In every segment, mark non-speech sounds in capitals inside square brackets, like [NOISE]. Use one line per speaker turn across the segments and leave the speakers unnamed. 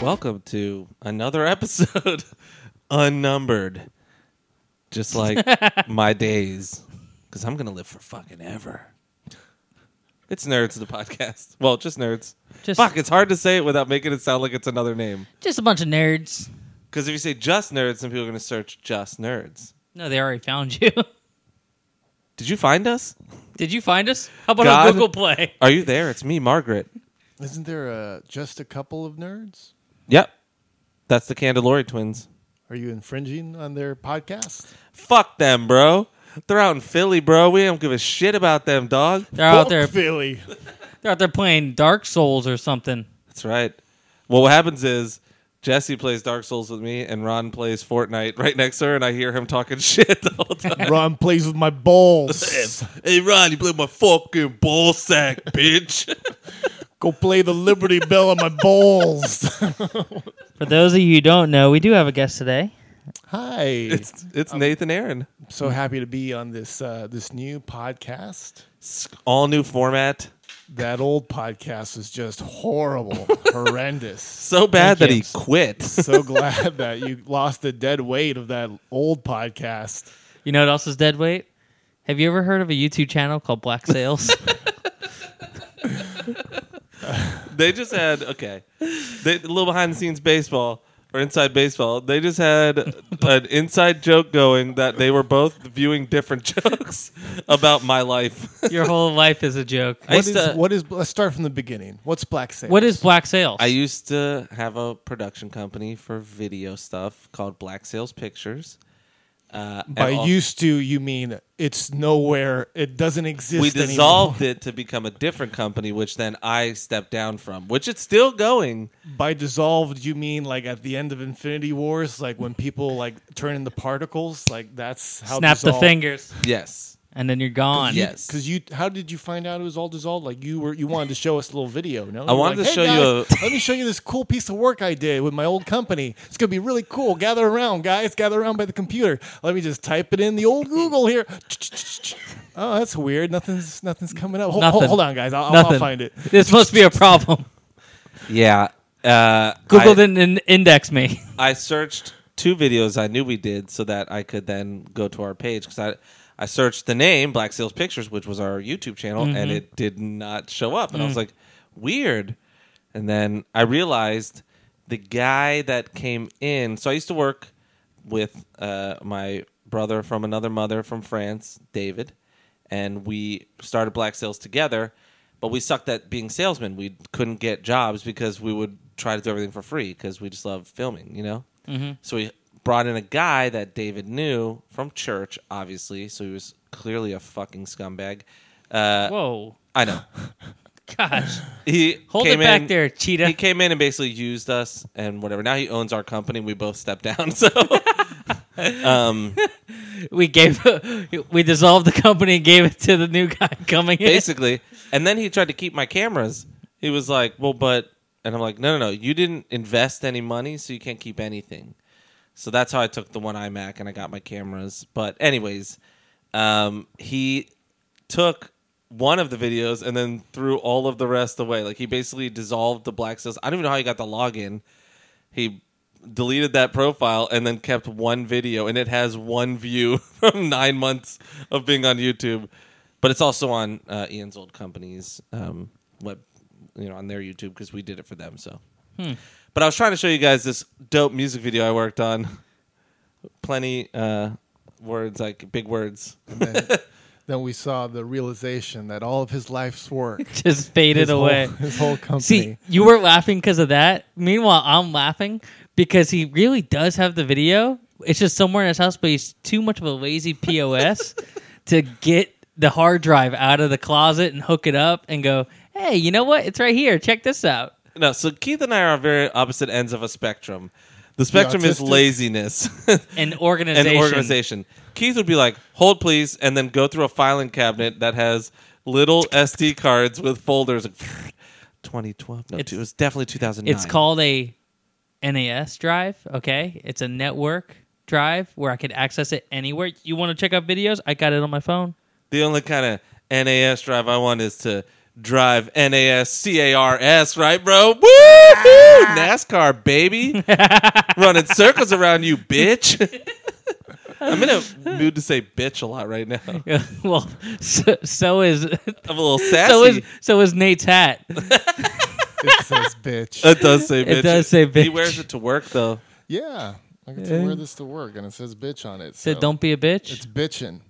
welcome to another episode, [LAUGHS] unnumbered, just like my days, because I'm gonna live for fucking ever. It's nerds the podcast. Well, just nerds.
Just-
Fuck, it's hard to say it without making it sound like it's another name.
Just a bunch of nerds.
Because if you say just nerds, then people are gonna search just nerds.
No, they already found you. [LAUGHS]
Did you find us?
Did you find us? How about
God.
on Google Play?
Are you there? It's me, Margaret.
Isn't there uh just a couple of nerds?
Yep, that's the Candelori twins.
Are you infringing on their podcast?
Fuck them, bro. They're out in Philly, bro. We don't give a shit about them, dog.
They're out there.
Philly.
They're out there playing Dark Souls or something.
That's right. Well, what happens is Jesse plays Dark Souls with me, and Ron plays Fortnite right next to her, and I hear him talking [LAUGHS] shit the whole time.
Ron plays with
[LAUGHS]
my balls.
hey, Ron, you played my fucking ball sack, bitch.
Go play the Liberty Bell on my [LAUGHS] balls.
For those of you who don't know, we do have a guest today.
[LAUGHS]
Hi.
it's it's Nathan Aaron.
I'm so happy to be on this uh, this new podcast.
It's all new format.
That old podcast was
[LAUGHS]
just horrible, horrendous.
So bad that
Thank
he
you.
quit.
So glad that you lost the dead weight of that old podcast.
You know what else is dead weight? Have you ever heard of a YouTube channel called Black
[LAUGHS]
Sales?
They just had okay, they, a little behind the scenes baseball or inside baseball. They just had an inside joke going that they were both viewing different [LAUGHS] jokes about my life.
Your whole life is a joke.
I
What
used
is,
to-
what is? Let's start from the beginning. What's Black Sales?
What is Black Sales?
I used to have a production company for video stuff called Black Sales Pictures. Uh, and
By
all-
used to, you mean it's nowhere. It doesn't exist.
we
anymore.
dissolved it to become a different company, which then I stepped down from, which it's still going.
By dissolved, you mean like at the end of Infinity Wars, like when people like turn into particles. Like that's how
Snap the fingers,
Yes.
and then you're gone.
Yeah. Yes.
Because you, how did you find out it was all dissolved? Like you were, you wanted to show us a little video. No,
I wanted to show you
you. A- let me show you this cool piece of work I did with my old company. It's gonna be really cool. Gather around, guys. Gather around by the computer. Let me just type it in the old Google here. [LAUGHS] Oh, that's weird. Nothing's nothing's coming up. Hold,
Nothing.
hold on, guys. I'll, I'll
Nothing.
find it.
There's supposed to be
[LAUGHS]
a problem.
Yeah. Uh,
Google
I-
didn't in- index me.
I searched two videos I knew we did so that I could then go to our page because I I searched the name Black Sales Pictures, which was our YouTube channel, and it did not show up. And I was like, weird. And then I realized the guy that came in. So I used to work with uh, my brother from another mother from France, David, and we started Black Sales together. But we sucked at being salesmen. We couldn't get jobs because we would try to do everything for free because we just love filming, you know. Mm-hmm. So we brought in a guy that David knew from church, obviously. So he was clearly a fucking scumbag. Uh,
Whoa.
I
[LAUGHS]
know.
Gosh.
He
Hold
came
it back
in-
there,
He
Cheetah.
came in and basically used us and whatever. Now he owns our company. We both stepped down. [LAUGHS] So um,
We gave [LAUGHS] we dissolved the company and gave it to the new guy [LAUGHS] coming in.
basically. And then he tried to keep my cameras. He was like, "Well, but," and I'm like, "No, no, no. You didn't invest any money, so you can't keep anything." So that's how I took the one iMac and I got my cameras. But anyways, um, he took one of the videos and then threw all of the rest away. Like he basically dissolved the black sales. I don't even know how he got the login. He deleted that profile and then kept one video and it has one view [LAUGHS] from nine months of being on YouTube. But it's also on uh, Ian's old company's um, web, you know, on their YouTube because we did it for them. So, Hmm. but I was trying to show you guys this dope music video I worked on. Plenty uh, words, like big words.
then, then we saw the realization that all of his
[LAUGHS]
life's work
Just faded
his whole-
away.
[LAUGHS] his whole company.
See, you were laughing because of that. Meanwhile, I'm laughing because he really does have the video. It's just somewhere in his house, but he's too much of a lazy POS to get the hard drive out of the closet and hook it up and go, hey, you know what? It's right here. Check this out.
No, so Keith and I are on very opposite ends of a spectrum. The spectrum is
autistic?
laziness [LAUGHS]
An
and
organization.
organization. Keith would be like, "Hold please," and then go through a filing cabinet that has little SD cards with folders. [LAUGHS] 2012. No,
It's-
it was definitely 2009.
It's called a NAS drive. Okay, it's a network drive where I could access it anywhere. You want to check out videos? I got it on my phone. [LAUGHS]
the only kind of NAS drive I want is to drive NASCARS, right, bro? Woo-hoo!
Ah.
NASCAR,
[LAUGHS]
baby. Running circles around you, bitch. [LAUGHS] I'm in a mood to say bitch a lot right
[LAUGHS]
now. I'm
well, so, so is [LAUGHS]
a little sassy.
so is so is Nate's hat. [LAUGHS]
It says bitch.
Uh,
it does say bitch.
It does say
He
bitch.
wears it to work, though.
yeah. I get to wear this to work, and it says bitch on it. So
Said, "Don't be a bitch."
It's bitching.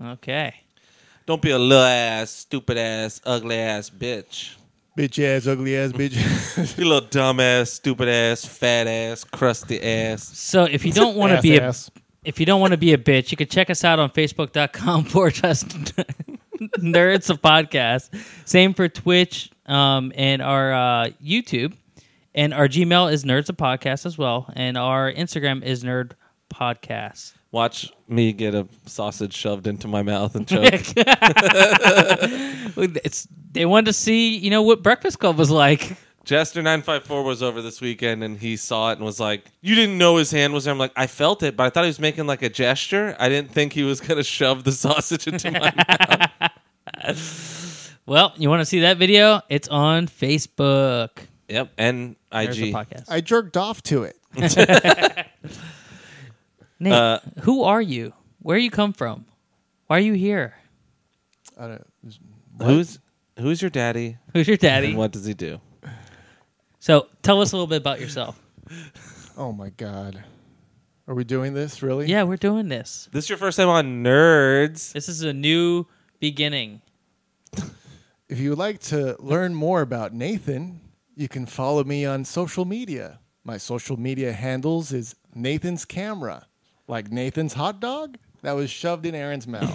okay.
Don't be a little ass, stupid ass, ugly ass bitch.
Bitch ass, ugly ass,
[LAUGHS]
bitch.
You little dumb ass, stupid ass, fat ass, crusty ass.
So if you don't
[LAUGHS]
want to
Ass,
be a
ass.
if you don't want to be a bitch, you can check us out on facebook.com [LAUGHS] forward slash nerds of podcast. Same for Twitch um, and our uh, YouTube. And our Gmail is nerds of podcast as well. And our Instagram is nerd podcast. [LAUGHS]
Watch me get a sausage shoved into my mouth
[LAUGHS]
and choke.
It's, they wanted to see, you know, what Breakfast Club was like.
Jester954 was over this weekend and he saw it and was like, You didn't know his hand was there. I'm like, I felt it, but I thought he was making like a gesture. I didn't think he was going to shove the [LAUGHS] sausage into
[LAUGHS]
my mouth.
Well, you want to see that video? It's on Facebook.
Yep. And
Nerds of
IG.
podcast.
I jerked off to it.
Nate,
Uh,
who are you? Where you come from? Why are you here?
I don't,
Who's, who's your daddy?
Who's your daddy?
And what does he do?
So tell us a little bit about yourself.
oh my god, are we doing this really?
Yeah, we're doing this.
This is your first time on
[LAUGHS]
Nerds.
This is a new
[LAUGHS]
beginning.
If you would like to learn more about Nathan, you can follow me on social media. My social media handles is Nathan's Camera. Like Nathan's hot dog that was shoved in Aaron's mouth.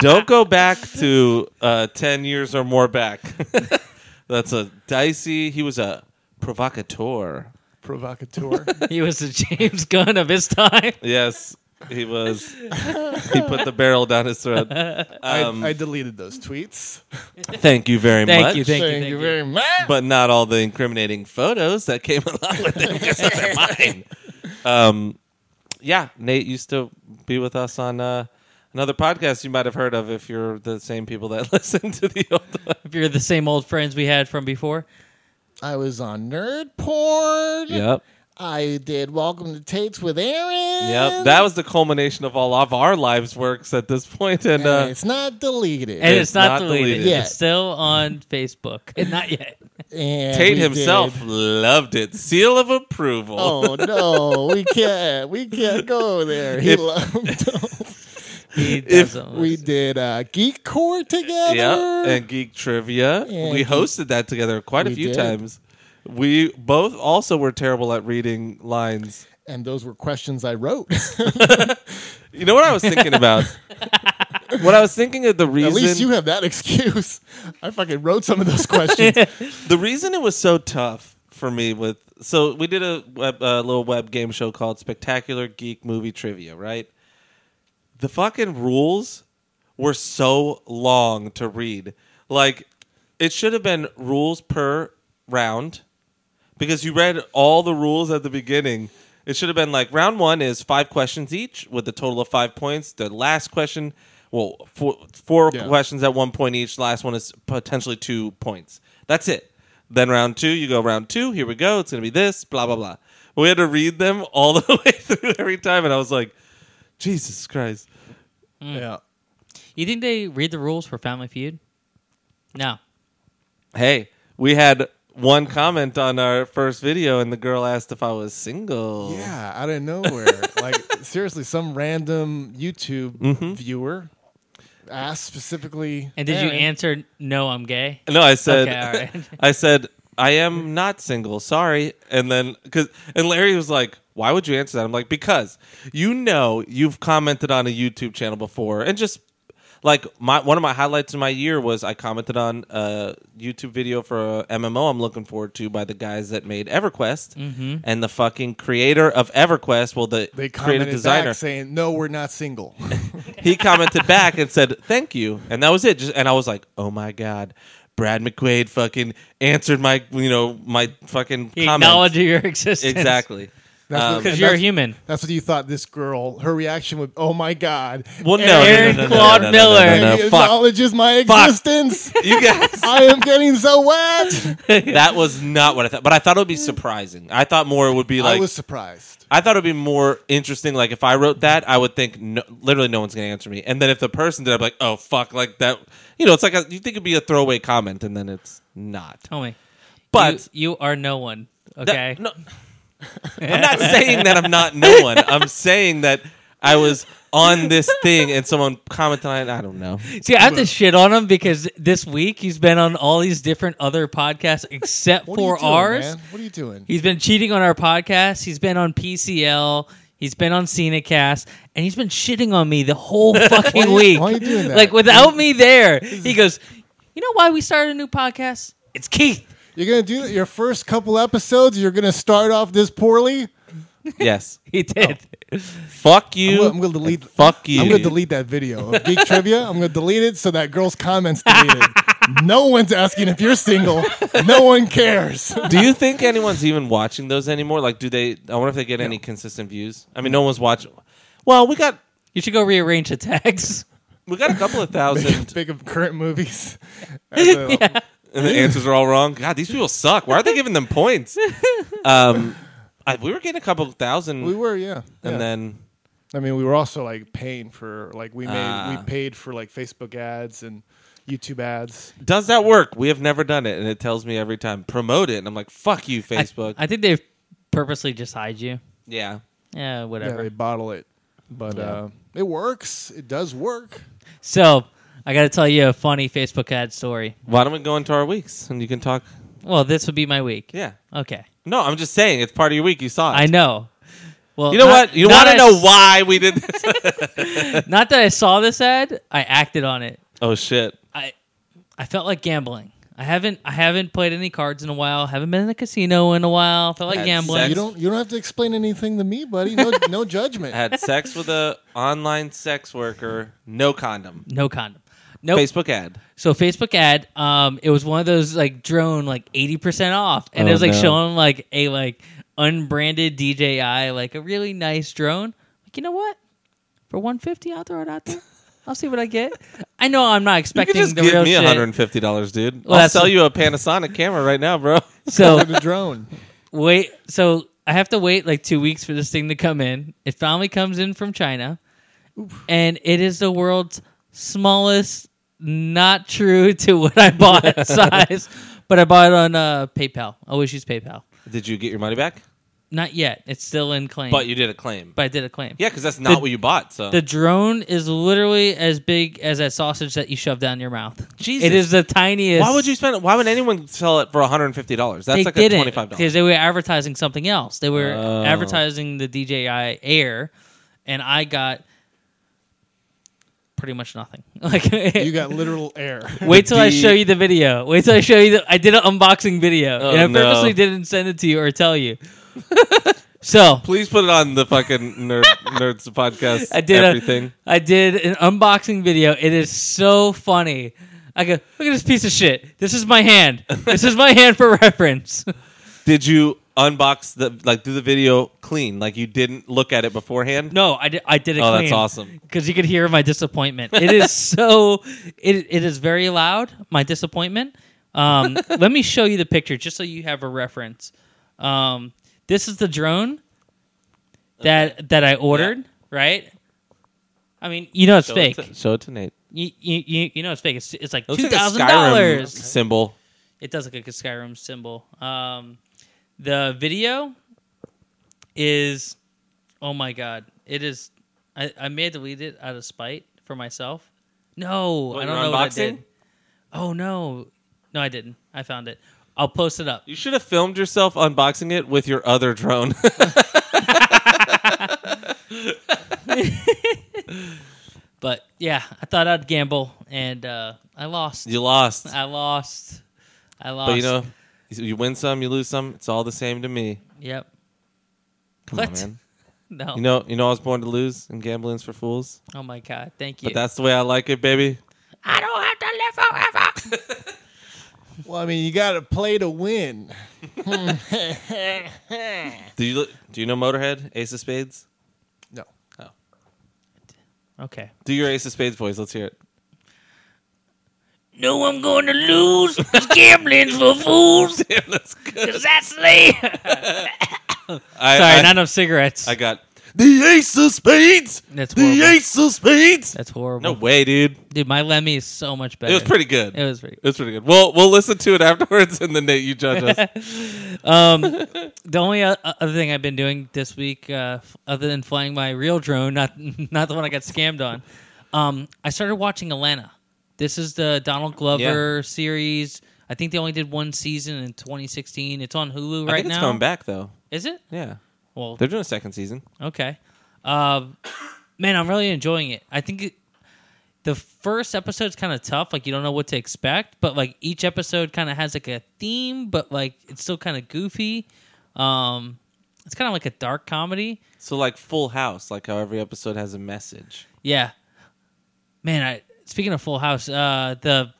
Don't go back to uh, 10 years or more back. [LAUGHS] That's a dicey. He was a provocateur.
Provocateur.
He was the James Gunn of his
[LAUGHS]
time.
Yes, he was. [LAUGHS] he put the barrel down his
[LAUGHS]
throat. Um,
[LAUGHS] I, I deleted those tweets.
Thank you very
Thank
much.
you, thank you,
Thank
thank
you
you.
very much.
but not all the incriminating photos that came [LAUGHS] along with it because they're mine. Um, yeah, Nate used to be with us on uh, another podcast you might have heard of if you're the same people that [LAUGHS] listen to the old one.
If you're the same old friends we had from before,
I was on nerd porn.
Yep.
I did Welcome to Tates with Aaron.
Yep. That was the culmination of all of our lives' works at this point, and
And
uh,
it's not deleted.
and
It's
it's,
not
not, deleted.
deleted.
Yeah.
It's still on
[LAUGHS]
Facebook. not yet.
And
Tate
we
himself
did-
loved it. Seal of approval.
Oh no, we can't. We can't go there. He
If- [LAUGHS]
loved.
He
If
doesn't
We
listen.
did uh, Geek Core together.
Yeah, and geek trivia.
And
we
geek-
hosted that together quite a
We
few
did.
times. We both also were terrible at reading lines.
And those were questions I wrote. [LAUGHS]
You know what I was thinking about? what I was thinking of the
At least you
reason
have that [LAUGHS] excuse. I fucking wrote some of
[LAUGHS]
those questions.
the reason it was so tough for me with so we did a, web, a little web game show called Spectacular Geek Movie Trivia, right? The fucking rules were so long to read. Like it should have been rules per round. because you read all the rules at the beginning. It should have been like round one is five questions each with a total of five points. The last question, well, four, four
Yeah.
questions at one point each. Last one is potentially two points. That's it. Then round two, you go round two. Here we go. It's going to be this, blah, blah, blah. We had to read them all [LAUGHS] the way through every time. And I was like, Jesus Christ.
yeah.
you think they read the rules for Family Feud? No.
Hey, we had one comment on our first video, and the girl asked if I was single.
Yeah, out
[LAUGHS]
of nowhere. like seriously, some random YouTube
Mm-hmm.
viewer asked specifically.
And did you
Aaron,
answer? No, I'm gay.
No, I said,
Okay, all right.
[LAUGHS] I said, I am not single. Sorry. And then, cause, and Larry was like, why would you answer that? I'm like, because you know, you've commented on a YouTube channel before and just like my, one of my highlights of my year was I commented on a YouTube video for a MMO I'm looking forward to by the guys that made EverQuest and the fucking creator of EverQuest. Well, the
Mm-hmm. They
creative
commented
designer
back saying, "No, we're
[LAUGHS]
not single."
he commented back and said thank you and that was it Just, and i was like oh my god brad mcquaid fucking answered my you know my fucking
He
comment
[LAUGHS] acknowledged your existence.
exactly
That's what-
because
and
you're a
that's-
human.
That's what you thought. This girl, her reaction would, "Oh my god!"
Well, no,
Aaron
no, no, no, no,
Claude
no, no, no,
Miller.
no,
and
no,
he
fuck
acknowledges my
Fuck. [LAUGHS]
existence.
you
[LAUGHS]
guys.
I am getting so wet.
That was not what I thought, but I thought it would be surprising. I thought more it would be like
I was surprised.
I thought it would be more interesting. Like if I wrote that, I would think no, literally no one's gonna answer me. And then if the person did, I'd be like, oh fuck, like that. You know, it's like a, you think it'd be a throwaway comment, and then it's not.
Tell me,
But
you, you are no one.
that-
Okay,
no, I'm not saying that I'm not no one. I'm saying that I was on this thing and someone commented on it. I don't know.
see, I have to shit on him because this week he's been on all these different other podcasts except
[LAUGHS] What
for
are you doing,
ours.
man? What are you doing?
He's been cheating on our podcast. He's been on PCL. He's been on Cinecast, and he's been shitting on me the
[LAUGHS]
whole fucking
you-
week.
why are you doing that?
Like without me there, he goes. You know why we started a new podcast? It's Keith. [LAUGHS]
You're gonna do that- your first couple episodes. You're gonna start off this poorly.
Yes,
He did.
Oh.
fuck
I'm
you.
gonna, I'm gonna delete.
fuck you.
I'm gonna delete that video of geek trivia. I'm gonna delete it so that girl's comments deleted.
[LAUGHS]
no one's asking if you're single. No
[LAUGHS]
one cares.
Do you think anyone's even watching those anymore? Like, do they? I wonder if they get any consistent views. I mean, no one's watching. Well, we got
You should go rearrange the
[LAUGHS]
tags.
we got a couple of thousand,
Think of
[LAUGHS]
current movies. uh, As a-
and the answers are all wrong. God, these people suck. Why are they giving them
[LAUGHS]
points? Um, I, we were getting a couple of thousand,
We were, yeah.
and
yeah.
then
I mean, we were also like paying for like we made
Ah.
we paid for like Facebook ads and YouTube ads.
does that work? We have never done it, and it tells me every time promote it, and I'm like, fuck you, Facebook.
I think they've purposely just hide you.
yeah,
Yeah,
Yeah,
whatever.
they bottle it, but uh, it works. It does work.
So I got to tell you a funny Facebook ad story.
why don't we go into our weeks and you can talk?
Well, this would be my week.
Yeah,
Okay.
no, I'm just saying it's part of your week. You saw it.
I know. Well,
You know
not-
what? You
not
want to
I-
know why we did this?
[LAUGHS] Not that I saw this ad. I acted on it.
oh shit.
I I felt like gambling. I haven't I haven't played any cards in a while. Haven't been in a casino in a while. Felt like
Had
gambling.
sex.
You don't you don't have to explain anything to me, buddy.
[LAUGHS]
No no judgment.
had sex with a online sex worker, no condom.
No condom. Nope.
Facebook ad.
So Facebook ad, um, it was one of those like drone like eighty percent off, and it
Oh,
was like
no.
showing like a like unbranded DJI like a really nice drone. Like you know what? For one fifty, I'll throw it out there. I'll see what I get. I know I'm not
You could
expecting
just
the
give
real
me
shit.
$150, dude.
Well,
I'll
that's-
sell you a Panasonic camera right now,
[LAUGHS]
bro.
So
the drone.
wait so i have to wait like two weeks for this thing to come in it finally comes in from china and it is the world's smallest not true [LAUGHS] to what
[LAUGHS]
i bought size but i bought it on uh, paypal i always use paypal
Did you get your money back?
not yet it's still in claim
But you did a claim.
but i did a claim
yeah, because that's not
The-
what you bought. So
the drone is literally as big as that sausage that you shove down your mouth
Jesus.
it is the tiniest
why would you spend it? Why would anyone sell it for $150? That's
they
like
didn't
a $25.
because they were advertising something else. They were
Oh.
advertising the DJI Air, and I got pretty much nothing. [LAUGHS] Like
You got literal air.
Wait till I
The-
show you the video. Wait till I show you. The, I did an unboxing video,
Oh,
and I
no.
purposely didn't send it to you or
[LAUGHS]
tell you. so
Please put it on the fucking
[LAUGHS]
nerd, Nerds podcast.
I did a-
everything.
I did an unboxing video. It is so funny. I go, look at this piece of shit. This is my hand. This is my hand for reference. [LAUGHS]
Did you unbox the, like, do the video clean? Like, you didn't look at it beforehand?
No, I did, I did it
Oh,
clean.
that's awesome.
Because you could hear my disappointment.
[LAUGHS]
It is so, it, it is very loud, my disappointment.
[LAUGHS]
Um, let me show you the picture just so you have a reference. Um, this is the drone that that I ordered, right? I mean, you know it's
Show it
fake.
to- show it to Nate.
You, you, you- you know it's fake. It's, it's like
It looks like a
$2,000.
Skyrim symbol.
It does look like a Skyrim symbol. Um, the video is, oh my god, it is. I, I may have deleted it out of spite for myself. No,
What,
I
your
don't know what I
unboxing?
did. Oh no, no, I didn't. I found it. I'll post it up.
You should have filmed yourself unboxing it with your other drone. [LAUGHS]
But yeah, I thought I'd gamble and uh, I lost.
you lost.
I lost. I lost.
But you know, you win some, you lose some. It's all the same to me.
yep.
Come on,
What?
man.
[LAUGHS] No.
You know, you know, I was born to lose, and gambling's for fools.
oh my god. Thank you.
But that's the way I like it, baby.
I don't have to live forever.
Well, I mean, you got to play to win.
[LAUGHS]
Do you do you know Motorhead? Ace of Spades.
No.
Okay.
Do your Ace of Spades voice. Let's hear it. [LAUGHS]
No, I'm going to lose. Gambling's for fools.
Damn, that's good.
Cause that's late.
I,
Sorry,
I,
not enough cigarettes.
I got the Ace of Spades.
That's
the
horrible.
Ace of Spades.
That's horrible.
No way, dude.
Dude, my Lemmy is so much better.
It was pretty good.
It was pretty.
It was pretty good. Well, we'll listen to it [LAUGHS] afterwards, and then Nate, you judge us.
[LAUGHS] Um, the only o- other thing I've been doing this week, uh, f- other than flying my real drone, not [LAUGHS] not the one I got scammed on, um, I started watching Atlanta. This is the Donald Glover series. I think they only did one season in 2016. It's on Hulu right
I think
now.
it's coming back though.
Is it?
Yeah,
Well,
they're doing a second season.
Okay. Um, man, I'm really enjoying it. I think it, the first episode's kind of tough. Like, you don't know what to expect, but like each episode kind of has like a theme, but like it's still kind of goofy. Um, it's kind of like a dark comedy.
So like Full House, like how every episode has a message.
Yeah. Man, I speaking of Full House, uh, the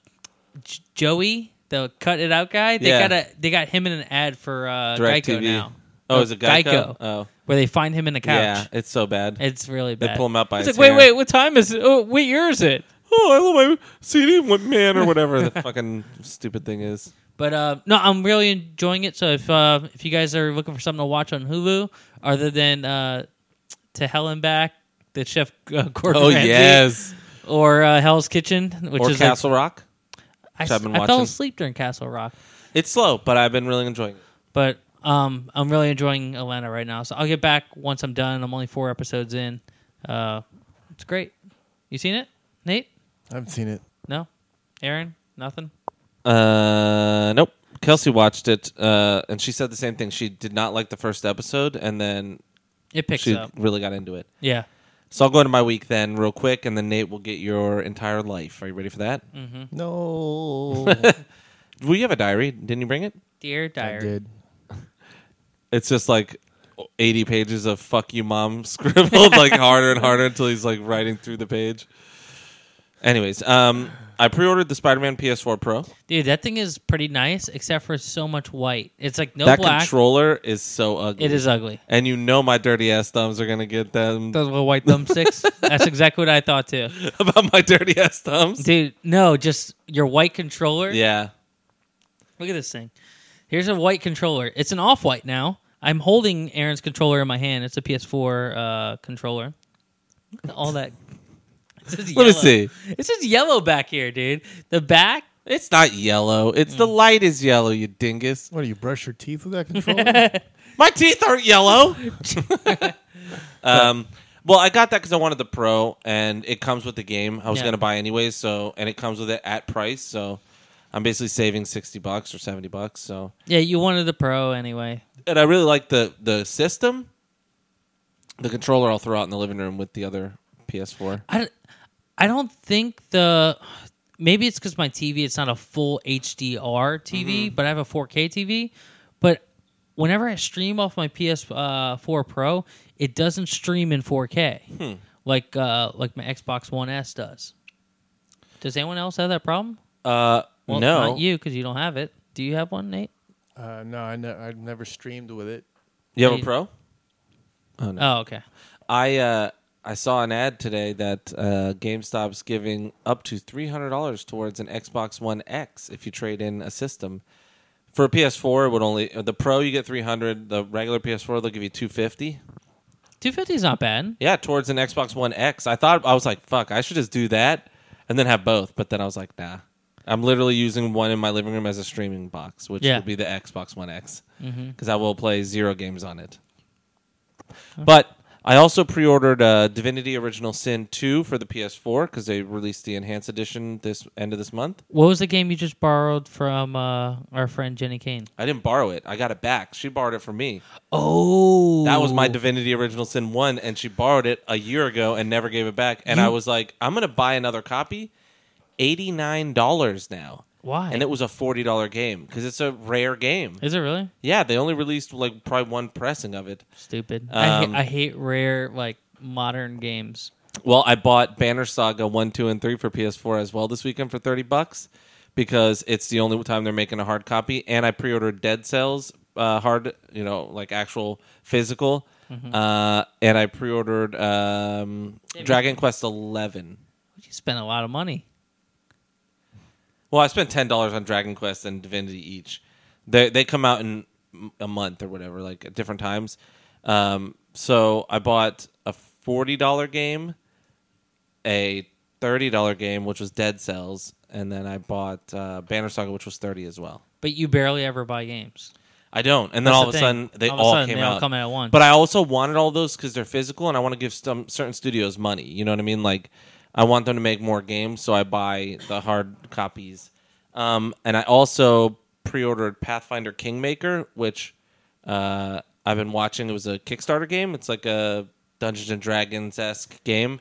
J- Joey, the cut it out guy, they
Yeah.
got a they got him in an ad for uh,
Direct
Geico
TV.
now.
Oh, is it Geico?
Geico.
Oh,
Where they find him in the
yeah,
couch.
it's so bad.
It's really
they
bad.
pull him up by
It's
his
like, wait,
hair.
wait, what time is it? Oh, what year is it?
Oh, I love my CD man or whatever
[LAUGHS]
the fucking stupid thing is.
But uh, no, I'm really enjoying it. So if uh, if you guys are looking for something to watch on Hulu, other than uh, To Hell and Back, the Chef uh, Gordon
Oh
Ramsay,
yes,
or uh, Hell's Kitchen, which
or
is
Castle Rock.
like,
which
I,
I've been
I fell
watching.
asleep during Castle Rock,
It's slow, but I've been really enjoying it.
but um, I'm really enjoying Atlanta right now. So I'll get back once I'm done. I'm only four episodes in. Uh, it's great. You seen it, Nate?
I haven't seen it.
No, Aaron, nothing.
Uh, nope. Kelsey watched it, uh, and she said the same thing. She did not like the first episode, and then
It picks
she
up.
really got into it.
Yeah.
So I'll go into my week then, real quick, and then Nate will get your entire life. Are you ready for that?
Mm. No.
Well, you have a diary. Didn't you bring it?
Dear
I
Diary.
did.
It's just like 80 pages of fuck you, mom [LAUGHS] scribbled like harder and harder until he's like writing through the page. Anyways, um, I pre ordered the Spider Man PS4 Pro.
Dude, that thing is pretty nice, except for so much white. It's like no
that
black.
controller is so ugly.
it is ugly.
And you know my dirty ass thumbs are going to get them.
Those little white thumbsticks. [LAUGHS] That's exactly what I thought too.
[LAUGHS] about my dirty ass thumbs.
Dude, no, just your white controller.
Yeah.
Look at this thing. Here's a white controller. It's an off white now. I'm holding Aaron's controller in my hand. It's a PS4 uh, controller. All that. It's
[LAUGHS]
just
Let me
yellow.
see.
It's just yellow back here, dude. The back.
It's not yellow. It's
Mm.
the light is yellow, you dingus.
What do you brush your teeth [LAUGHS] with that controller?
My teeth aren't
[LAUGHS]
yellow. [LAUGHS] um, well, I got that because I wanted the pro, and it comes with the game I was
Yeah.
going to buy anyways. So, and it comes with it at price. So, I'm basically saving sixty bucks or seventy bucks. So,
Yeah, you wanted the pro anyway.
and I really like the the system. The controller I'll throw out in the living room with the other PS4.
I don't, I don't think the maybe it's because my TV it's not a full HDR TV,
Mm-hmm.
but I have a 4K TV. But whenever I stream off my PS4 Pro, it doesn't stream in 4K
Hmm.
like uh, like my Xbox One S does. Does anyone else have that problem?
Uh, no,
not you because you don't have it. Do you have one, Nate?
uh, no, I ne- I've never streamed with it.
You have a
You-
pro. Oh no.
Oh, okay.
I uh, I saw an ad today that uh, GameStop's giving up to three hundred dollars towards an Xbox One X if you trade in a system. For a PS4, it would only the Pro you get three hundred. The regular PS4 they'll give you two fifty.
250 is not bad.
Yeah, towards an Xbox One X. I thought I was like, fuck, I should just do that and then have both. But then I was like, nah. I'm literally using one in my living room as a streaming box, which
Yeah.
will be the Xbox One X, because I will play zero games on it. But I also pre-ordered uh, Divinity: Original Sin 2 for the PS4 because they released the enhanced edition this end of this month.
What was the game you just borrowed from uh, our friend Jenny Kane?
I didn't borrow it; I got it back. She borrowed it from me.
Oh,
That was my Divinity Original Sin 1, and she borrowed it a year ago and never gave it back. And I was like, I'm going to buy another copy. $89 now.
Why?
And it was a $40 game because it's a rare game.
Is it really?
Yeah, they only released like probably one pressing of it.
Stupid. I,
Um,
ha- I hate rare like modern games.
Well, I bought Banner Saga 1, 2, and 3 for PS4 as well this weekend for 30 bucks because it's the only time they're making a hard copy. And I pre-ordered Dead Cells uh, hard, you know, like actual physical. Uh, and I pre-ordered um, Dragon Quest Eleven.
You spent a lot of money.
Well, I spent ten dollars on Dragon Quest and Divinity each. They they come out in m- a month or whatever, like at different times. Um, so I bought a forty dollar game, a thirty dollar game, which was Dead Cells, and then I bought uh, Banner Saga, which was thirty as well.
But you barely ever buy games.
I don't, and then
That's
all of
the
a
thing.
sudden they
All of a
all
sudden,
came
they all
out.
come out at once.
But I also wanted all those because they're physical, and I want to give some certain studios money. You know what I mean? Like, I want them to make more games, so I buy the hard copies. Um, and I also pre-ordered Pathfinder Kingmaker, which uh, I've been watching. It was a Kickstarter game. It's like a Dungeons and Dragons esque game,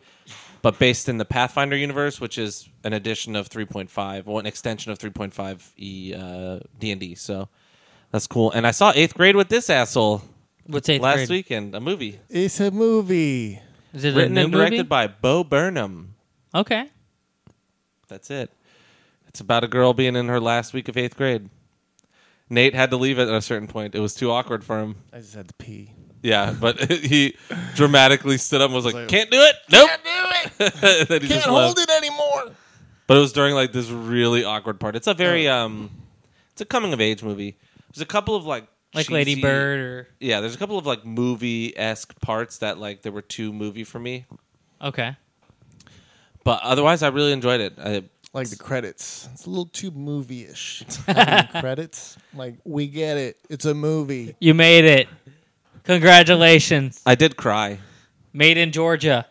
but based in the Pathfinder universe, which is an addition of 3.5 or an extension of 3.5 e D and D. So. That's cool. And I saw eighth grade with this asshole
What's eighth
last
grade?
weekend. A movie
It's a movie.
Is it
written
a new
and directed
movie?
by Bo Burnham.
Okay.
That's it. It's about a girl being in her last week of eighth grade. Nate had to leave at a certain point. It was too awkward for him.
I just had to pee.
Yeah, [LAUGHS] but he dramatically stood up and was like,
like,
"Can't do it. Nope."
Can't do it.
And [LAUGHS] then he
[LAUGHS] Can't
just left.
hold it anymore.
But it was during like this really awkward part. It's a very um, it's a coming of age movie. There's a couple of like
Like
cheesy-
Lady Bird or
Yeah, there's a couple of like movie esque parts that like there were too movie for me.
okay.
But otherwise, I really enjoyed it. I,
Like the credits. It's a little too [LAUGHS] movie-ish. Having credits. Like we get it. It's a movie.
You made it. Congratulations.
I did cry.
Made in Georgia.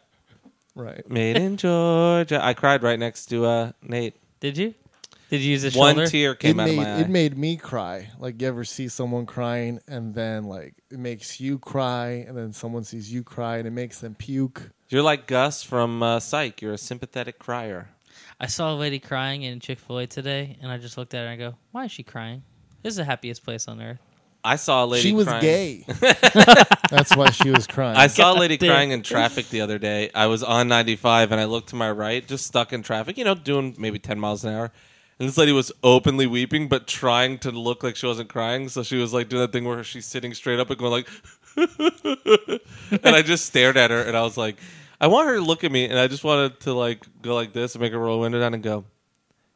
Right.
Made in Georgia. I cried right next to uh, Nate.
Did you? Did you use a
One
shoulder?
tear came
it
out
made
of my eye.
it made me cry. Like you ever see someone crying and then like it makes you cry and then someone sees you cry and it makes them puke.
You're like Gus from uh, Psych. You're a sympathetic crier.
I saw a lady crying in Chick Fil A today, and I just looked at her and I go, "Why is she crying? This is the happiest place on earth."
I saw a lady.
she was
crying. [LAUGHS]
gay. That's why she was crying.
I saw a lady
Goddamn.
crying in traffic the other day. I was on 95 and I looked to my right, just stuck in traffic, you know, doing maybe 10 miles an hour. And this lady was openly weeping, but trying to look like she wasn't crying. So she was like doing that thing where she's sitting straight up and going like, [LAUGHS] and I just stared at her and I was like, I want her to look at me and I just wanted to like go like this and make her roll window down and go,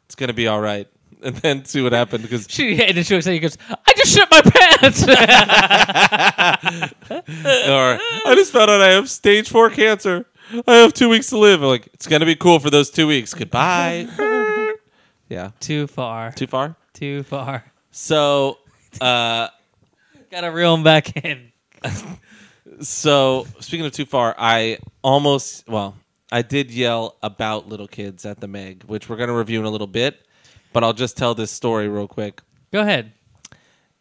it's gonna be all right, [LAUGHS] and then see what happened because
She and then she looks at you and goes, "I just shit my pants."
or I just found out I have stage four cancer. I have two weeks to live. I'm like, it's gonna be cool for those two weeks.
[LAUGHS]
Goodbye. yeah.
[LAUGHS] Too far.
Too far?
Too far.
So uh
Gotta reel him back in.
so speaking of too far, I almost well, I did yell about little kids at the Meg, which we're gonna review in a little bit, but I'll just tell this story real quick.
Go ahead.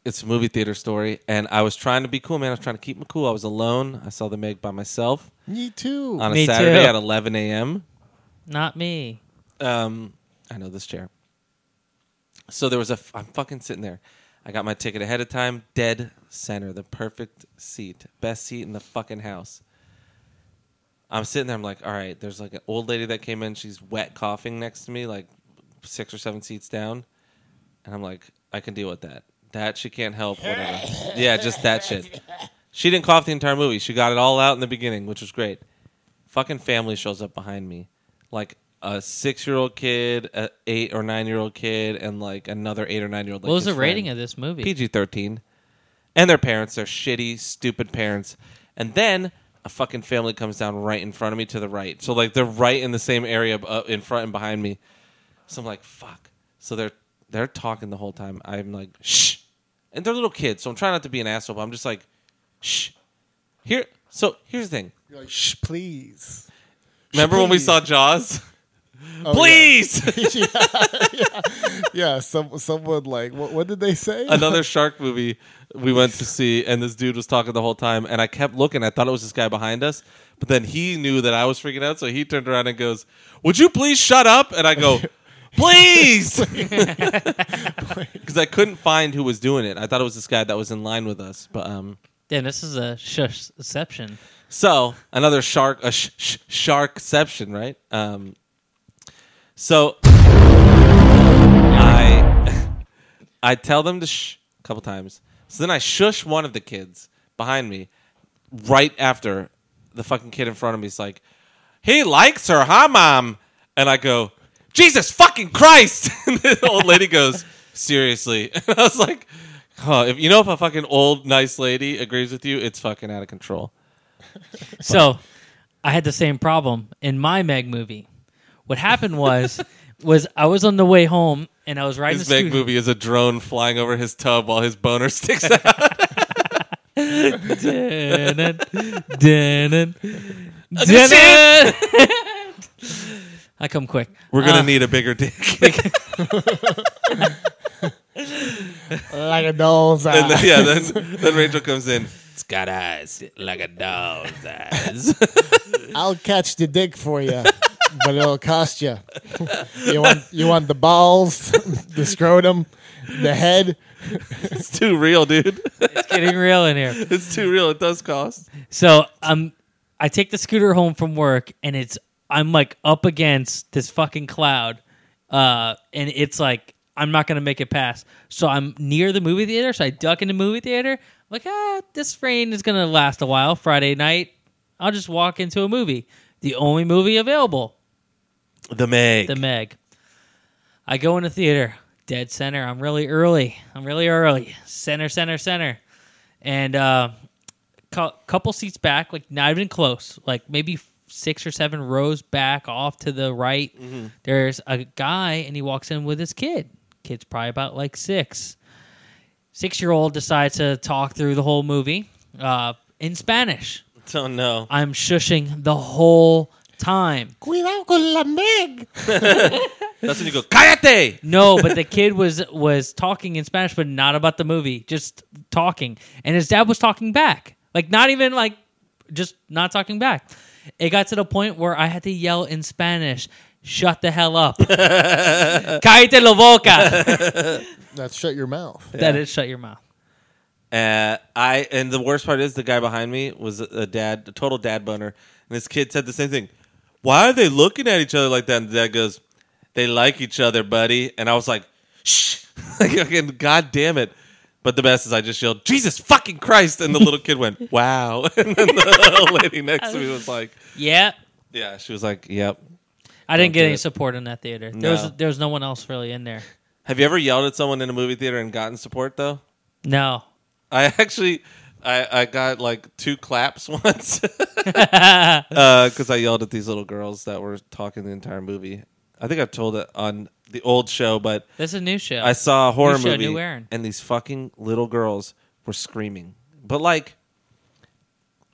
it's a movie theater story, and I was trying to be cool, man. I was trying to keep me cool. I was alone. I saw the Meg by myself
Me too.
on a
Me
Saturday
too.
at 11 a.m.
Not me.
Um, I know this chair. So there was a. F- I'm fucking sitting there. I got my ticket ahead of time, dead center, the perfect seat, best seat in the fucking house. I'm sitting there. I'm like, all right. There's like an old lady that came in. She's wet coughing next to me, like six or seven seats down, and I'm like, I can deal with that. That she can't help. Whatever. yeah, just that shit. She didn't cough the entire movie. She got it all out in the beginning, which was great fucking family shows up behind me like a six-year-old kid a eight or nine-year-old kid and like another eight or nine-year-old like,
what was
his
the rating
friend.
of this movie?
pg-13 and their parents their shitty stupid parents and then a fucking family comes down right in front of me to the right so like they're right in the same area uh, in front and behind me so i'm like fuck so they're they're talking the whole time i'm like shh and they're little kids so i'm trying not to be an asshole but i'm just like shh here so here's the thing
You're like, shh, please.
Remember when we
Please.
saw Jaws?
Oh,
Please!
[LAUGHS]
[LAUGHS]
yeah, yeah, yeah. Some someone like what? What did they say?
[LAUGHS] Another shark movie we went to see, and this dude was talking the whole time, and I kept looking. I thought it was this guy behind us, but then he knew that I was freaking out, so he turned around and goes, "Would you please shut up?" And I go, "Please," [LAUGHS] because I couldn't find who was doing it. I thought it was this guy that was in line with us, but um.
Damn, this is a shushception.
So another shark, a sh- sh- sharkception, right? Um, so I [LAUGHS] I tell them to shh a couple times. So then I shush one of the kids behind me right after the fucking kid in front of me is like, he likes her, huh, mom? And I go, Jesus fucking Christ. [LAUGHS] and the old lady goes, seriously. [LAUGHS] And I was like, oh, if you know if a fucking old nice lady agrees with you, it's fucking out of control.
So I had the same problem in my Meg movie. What happened [LAUGHS] was was I was on the way home and I was riding
His
the
big
scooter.
movie is a drone flying over his tub while his boner [LAUGHS] sticks out.
Dun-dun, [LAUGHS] dun-dun, dun-dun. [LAUGHS] I come quick.
We're gonna
Uh,
need a bigger [LAUGHS] dick.
[LAUGHS] like a doll's eye.
and then, yeah, then, then Rachel comes in. It's got eyes like a doll's eyes.
[LAUGHS]
[LAUGHS]
I'll catch the dick for you, but it'll cost you. [LAUGHS] You want you want the balls, [LAUGHS] the scrotum, the head.
it's too real, dude.
It's getting real in here.
It's too real. It does cost.
So um, I take the scooter home from work, and it's I'm like up against this fucking cloud, uh, and it's like I'm not gonna make it past. So I'm near the movie theater, so I duck in the movie theater. I'm like ah, this rain is gonna last a while. Friday night, I'll just walk into a movie, the only movie available,
The Meg.
The Meg. I go in the theater, dead center. I'm really early. I'm really early. Center, center, center. And uh, cou- couple seats back, like not even close, like maybe six or seven rows back off to the right. There's a guy, and he walks in with his kid. Kid's probably about like six. Six year old decides to talk through the whole movie uh, in Spanish.
oh no.
I'm shushing the whole time.
Cuidado con la Meg.
That's when you go [LAUGHS] Cállate.
No, but the kid was was talking in Spanish, but not about the movie, just talking. And his dad was talking back, like not even like just not talking back. It got to the point where I had to yell in Spanish, "Shut the hell
[LAUGHS]
up, cállate la boca."
That's shut your mouth.
That is, shut your mouth.
Uh, I and the worst part is the guy behind me was a, a dad, a total dad boner, and his kid said the same thing. Why are they looking at each other like that? And the dad goes, "They like each other, buddy." And I was like, "Shh!" [LAUGHS] like, fucking God damn it! But the best is I just yelled, "Jesus fucking Christ!" And the little kid went, "Wow!" [LAUGHS] And then the old lady next to me was like,
Yeah,
"Yeah," she was like, "Yep."
I didn't
do
get any
it.
support in that theater. There
No.
was there was no one else really in there.
Have you ever yelled at someone in a movie theater and gotten support though?
No,
I actually, I, I got like two claps [LAUGHS] once because I yelled at these little girls that were talking the entire movie. I think I've told it on the old show, but
this is a new show.
I saw a horror
New show,
movie
new Aaron.
and these fucking little girls were screaming, but like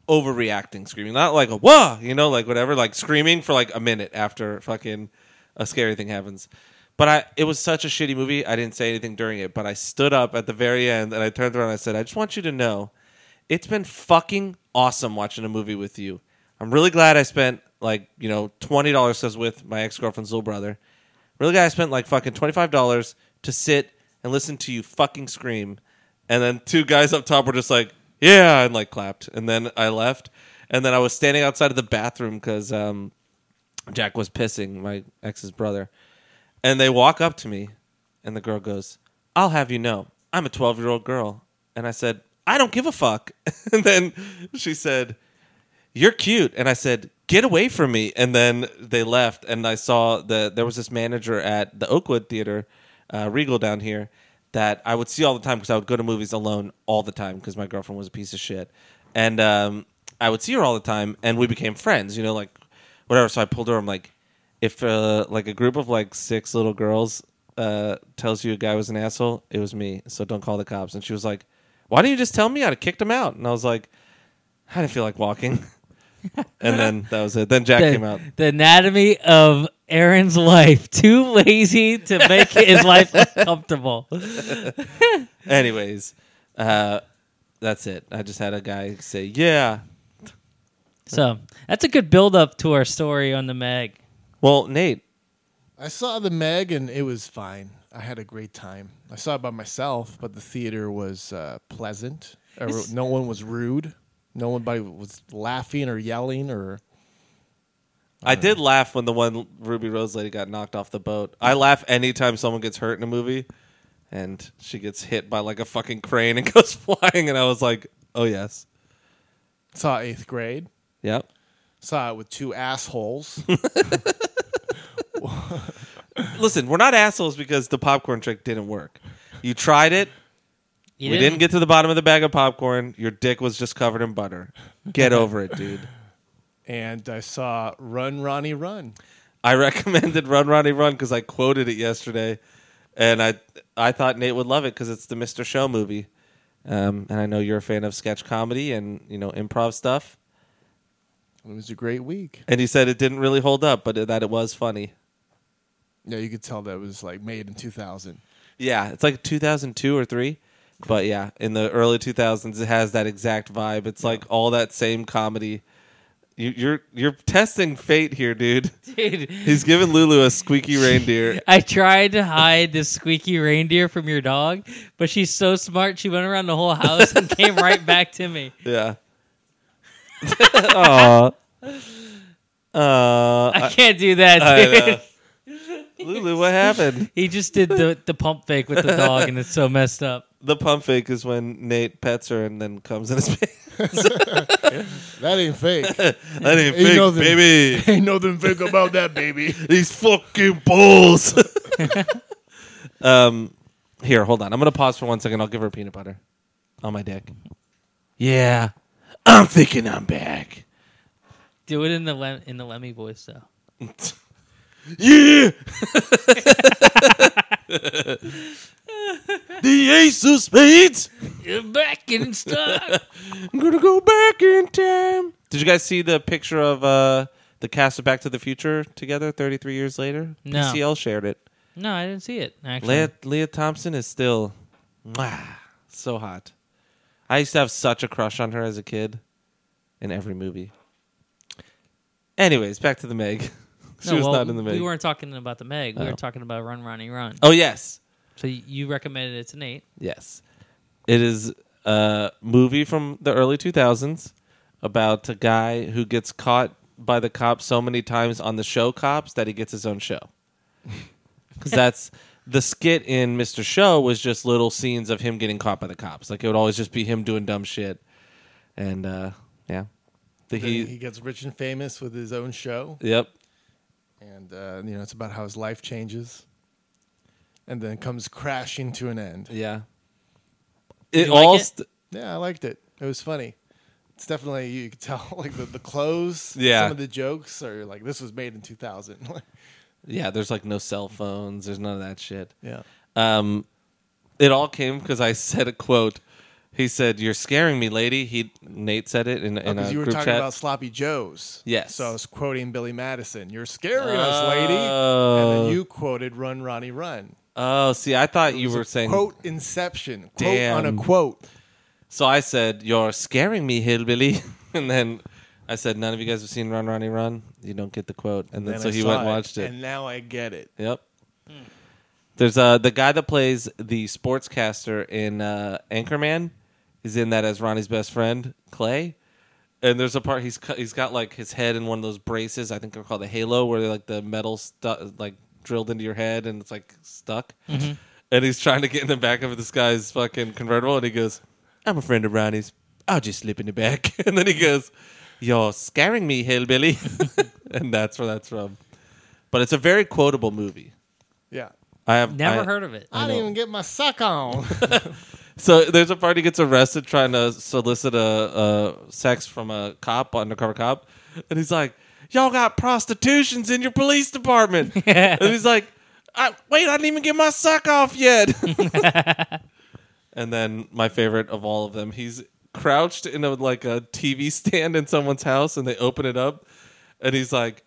overreacting screaming, not like a whoa, you know, like whatever, like screaming for like a minute after fucking a scary thing happens. But I, it was such a shitty movie. I didn't say anything during it, but I stood up at the very end and I turned around and I said, "I just want you to know, it's been fucking awesome watching a movie with you. I'm really glad I spent like you know twenty dollars says with my ex girlfriend's little brother. Really glad I spent like fucking twenty five dollars to sit and listen to you fucking scream. And then two guys up top were just like, yeah, and like clapped. And then I left. And then I was standing outside of the bathroom because um, Jack was pissing, my ex's brother. And they walk up to me, and the girl goes, I'll have you know, I'm a 12 year old girl. And I said, I don't give a fuck. [LAUGHS] and then she said, You're cute. And I said, Get away from me. And then they left. And I saw that there was this manager at the Oakwood Theater, uh, Regal down here, that I would see all the time because I would go to movies alone all the time because my girlfriend was a piece of shit. And um, I would see her all the time, and we became friends, you know, like whatever. So I pulled her. I'm like, if uh, like a group of like six little girls uh, tells you a guy was an asshole, it was me. So don't call the cops. And she was like, "Why didn't you just tell me? I'd have kicked him out." And I was like, "I didn't feel like walking." [LAUGHS] and then that was it. Then Jack came out.
the, the anatomy of Aaron's life. Too lazy to make
[LAUGHS]
his life uncomfortable.
Anyways, uh, that's it. I just had a guy say, "Yeah."
So that's a good build up to our story on the Meg.
Well, Nate,
I saw the Meg and it was fine. I had a great time. I saw it by myself, but the theater was uh, pleasant. Er, No one was rude. No one by- was laughing or yelling or.
I did laugh when the one Ruby Rose lady got knocked off the boat. I laugh anytime someone gets hurt in a movie. and she gets hit by like a fucking crane and [LAUGHS] goes flying. And I was like, oh yes,
Saw eighth grade.
yep.
Saw it with two [LAUGHS] assholes.
Listen, we're not assholes because the popcorn trick didn't work. You tried it.
You
we didn't get to the bottom of the bag of popcorn. Your dick was just covered in butter. Get over it, dude.
and I saw Run Ronnie Run.
I [LAUGHS] recommended Run Ronnie Run because I quoted it yesterday, and I I thought Nate would love it because it's the Mister Show movie, um, and I know you're a fan of sketch comedy and you know improv stuff.
It was a great week.
And he said it didn't really hold up, but that it was funny.
Yeah, you could tell that it was like made in 2000.
Yeah, it's like 2002 or three, but yeah, in the early 2000s, it has that exact vibe. It's like all that same comedy. You, you're you're testing fate here, dude. [LAUGHS]
Dude,
He's giving Lulu a squeaky reindeer.
I tried to hide this squeaky reindeer from your dog, but she's so smart she went around the whole house and came right back
[LAUGHS]
to me.
Yeah. Aw. Uh,
I can't do that,
I
dude.
know. Lulu, what happened?
[LAUGHS] He just did the the pump fake with the dog, and it's so messed up.
The pump fake is when Nate pets her and then comes in his [LAUGHS] pants.
That ain't fake. [LAUGHS]
That ain't
You
fake,
know that-
baby.
ain't nothing fake about that, baby.
These fucking balls. [LAUGHS] um, here, hold on. I'm gonna pause for one second. I'll give her peanut butter on my dick. Yeah, I'm thinking I'm back.
Do it in the Lem- in the Lemmy voice though.
Yeah. [LAUGHS] the ace of spades.
You're back in stock.
I'm gonna go back in time. Did you guys see the picture of uh, the cast of Back to the Future together 33 years later?
No.
PCL shared it.
[LAUGHS] no, I didn't see it. Actually,
Leah, Leah Thompson is still mwah, so hot. I used to have such a crush on her as a kid in every movie. Anyways, back to the Meg. [LAUGHS] she
No,
was
well,
not in the Meg.
We weren't talking about the Meg. We
Oh.
were talking about Run Ronnie Run.
oh, yes.
So y- you recommended it to Nate.
Yes. It is a movie from the early 2000s about a guy who gets caught by the cops so many times on the show Cops that he gets his own
[LAUGHS]
show. Because that's the skit in Mr. Show was just little scenes of him getting caught by the cops. Like it would always just be him doing dumb shit. And uh, yeah. The,
He, he
he,
gets rich and famous with his own show,
yep.
and uh, you know it's about how his life changes, and then comes crashing to an end.
Yeah.
Did
It
you like
all.
it?
st-
Yeah, I liked it. It was funny. It's definitely you could tell [LAUGHS] like the, the clothes.
Yeah.
some of the jokes are like this was made in two thousand. [LAUGHS]
yeah, there's like no cell phones, there's none of that shit.
yeah,
Um, it all came because I said a quote. He said, "You're scaring me, lady." He Nate said it in, in
because
a
Oh, you were
group
talking
chat.
about sloppy joes.
Yes.
so I was quoting Billy Madison. You're scaring us, lady. And
Oh.
then you quoted "Run, Ronnie, Run."
oh, see, I thought you
It was
were
a
saying.
quote inception. Quote
Damn.
on a quote.
So I said, "You're scaring me, hillbilly," [LAUGHS] and then I said, "None of you guys have seen Run, Ronnie, Run. You don't get the quote." And then,
Then
so
I
he
saw
went and watched it.
and now I get it.
Yep. There's uh the guy that plays the sportscaster in uh, Anchorman is in that as Ronnie's best friend Clay, and there's a part he's cu- he's got like his head in one of those braces I think they're called the halo where they're, like the metal stu- like drilled into your head and it's like stuck, and he's trying to get in the back of this guy's fucking convertible and he goes, "I'm a friend of Ronnie's, I'll just slip in the back," [LAUGHS] and then he goes, "You're scaring me, hillbilly," [LAUGHS] and that's where that's from but it's a very quotable movie.
Yeah.
I have
Never
I-
heard of it.
I, didn't even get my sock on. [LAUGHS]
So there's a party gets arrested trying to solicit a, a sex from a cop, undercover cop, and he's like, "Y'all got prostitutions in your police department," and he's like, I, "Wait, I didn't even get my sock off yet." [LAUGHS] and then my favorite of all of them, he's crouched in a like a TV stand in someone's house, and they open it up, and he's like,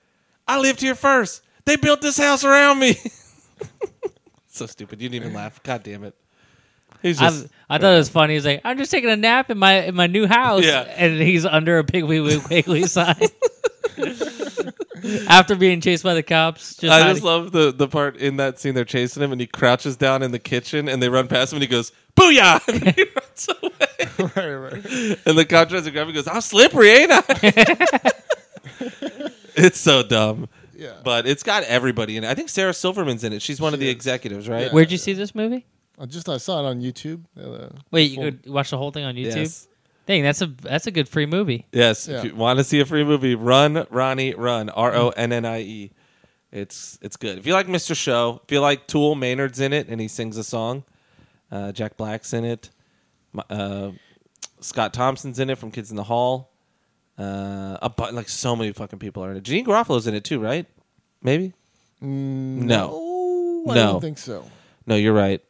"I lived here first. They built this house around me." [LAUGHS] so stupid. You didn't even laugh. God damn it. He's just.
I've, I thought it was funny. He's like, I'm just taking a nap in my in my new house,
Yeah.
and he's under a Piggly Wig- Wiggly sign [LAUGHS] after being chased by the cops. Just
I
hiding-
just love the, the part in that scene they're chasing him and he crouches down in the kitchen and they run past him and he goes, Booyah! [LAUGHS] And he runs away.
Right, right.
And the cop tries to grab him and goes, I'm slippery, ain't I? it's so dumb.
Yeah.
But it's got everybody in it. I think Sarah Silverman's in it. She's one of the executives, right?
Where'd you see this movie?
I just I saw it on YouTube. Uh,
Wait, you
full-
could watch the whole thing on YouTube.
Yes.
Dang, that's a that's a good free movie.
Yes,
Yeah.
if you want to see a free movie, run Ronnie Run R O N N I E. It's it's good. If you like Mr. Show, if you like Tool, Maynard's in it and he sings a song. Uh, Jack Black's in it. My- Uh, Scott Thompson's in it from Kids in the Hall. Uh, a bu- like so many fucking people are in it. Gene Garofalo's in it too, right? Maybe. no, No.
I don't think so.
no, you're right.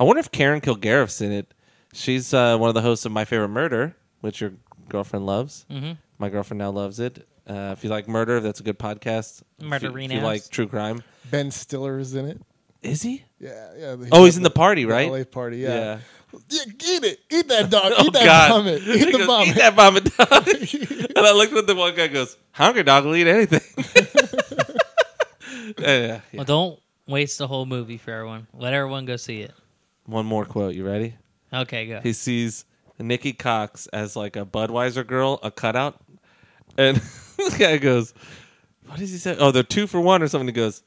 I wonder if Karen Kilgariff's in it. She's uh, one of the hosts of My Favorite Murder, which your girlfriend loves. Mm-hmm. My girlfriend now loves it. Uh, if you like murder, that's a good podcast. If you- If you
Murderinos.
like true crime,
Ben Stiller is in it.
is he?
Yeah, yeah.
Oh, he's in the party, right?
LA party,
Yeah.
yeah. yeah. Eat it. Eat
[LAUGHS]
that dog.
Oh
Eat that
God!
vomit. Eat
He
the
goes, [LAUGHS]
vomit.
Eat that vomit dog.
[LAUGHS]
and I looked at the one guy. and Goes hungry dog will eat anything. [LAUGHS] yeah, yeah.
Well, don't waste the whole movie for everyone. Let everyone go see it.
One more quote. You ready?
Okay, go.
he sees Nikki Cox as like a Budweiser girl, a cutout, and [LAUGHS] the guy goes, "What does he say? Oh, they're two for one or something." He goes,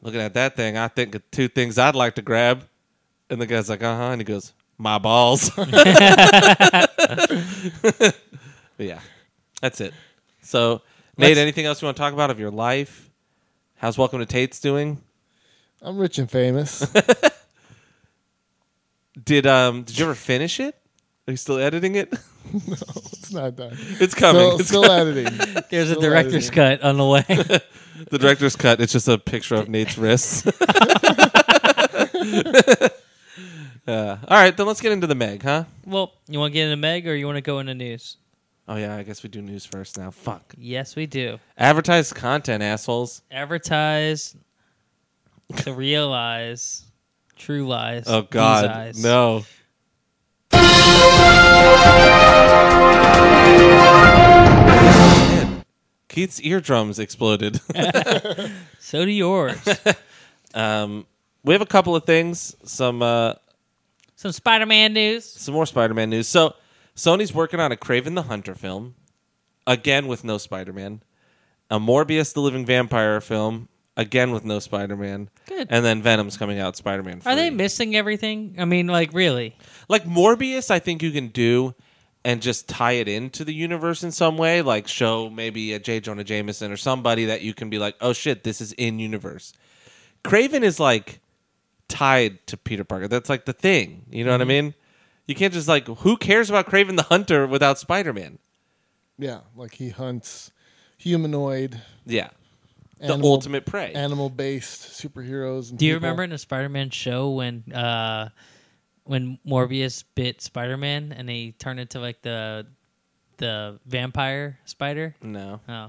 "Looking at that thing, I think of two things I'd like to grab," and the guy's like, "Uh huh," and he goes, "My balls." [LAUGHS] but yeah, that's it. So, Nate,
Let's-
anything else you want to talk about of your life? How's Welcome to Tate's doing?
I'm rich
[LAUGHS]
and famous.
Did um did you ever finish it? Are you still editing it? [LAUGHS]
it's not done.
It's coming.
Still,
It's [LAUGHS]
still editing.
There's a
Still
director's
editing.
cut on the way.
The director's cut. It's just a picture of Nate's wrists. [LAUGHS] Uh, all right, then let's get into the Meg, huh?
well, you want to get into Meg or you want to go into news?
Oh yeah, I guess we do news first now. Fuck.
Yes, we do.
Advertise content, assholes.
Advertise to realize true lies.
Oh
these
God,
eyes.
no. Man, Keith's eardrums exploded. [LAUGHS]
So do yours.
um, we have a couple of things. Some uh,
Some Spider-Man news.
some more Spider-Man news. So Sony's working on a Craven the Hunter film, again with no Spider-Man. A Morbius the Living Vampire film, again with no Spider-Man.
Good.
And then Venom's coming out Spider-Man. 3.
Are they missing everything? I mean, like really?
like Morbius? I think you can do and just tie it into the universe in some way, like show maybe a J. Jonah Jameson or somebody that you can be like, oh shit, this is in universe. Craven is like tied to Peter Parker. That's like the thing. You know what I
Mm-hmm.
mean? You can't just like who cares about Craven the Hunter without Spider Man?
Yeah, like he hunts humanoid,
Yeah. The
Animal-
ultimate prey.
animal-based superheroes. And
Do you
people.
remember in the Spider-Man show when uh when Morbius bit Spider-Man and he turned into like the the vampire spider?
no.
Oh.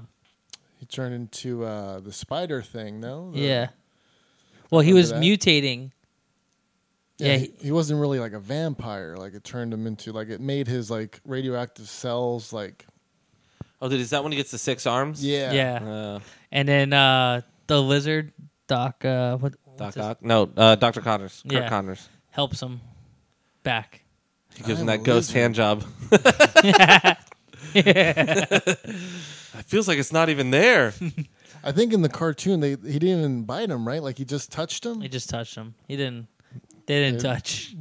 He turned into uh, the spider thing. No. The-
Yeah. Well, he was
Remember that?
mutating.
Yeah,
Yeah,
he, he wasn't really like a vampire. Like it turned him into like it made his like radioactive cells like
Oh, dude, is that when he gets the six arms?
yeah
Yeah.
Uh,
And then uh the lizard Doc uh what
Doc
what's his-
Ock? No, uh, Dr. Connors. Kirk
Yeah.
Connors.
helps him back. [LAUGHS]
He gives him
I'm
that
a
ghost hand
lizard.
job. [LAUGHS] it feels like it's not even there.
I think in the cartoon they he didn't even bite him right like he just touched him
He just touched him. He didn't they didn't
Yeah.
touch.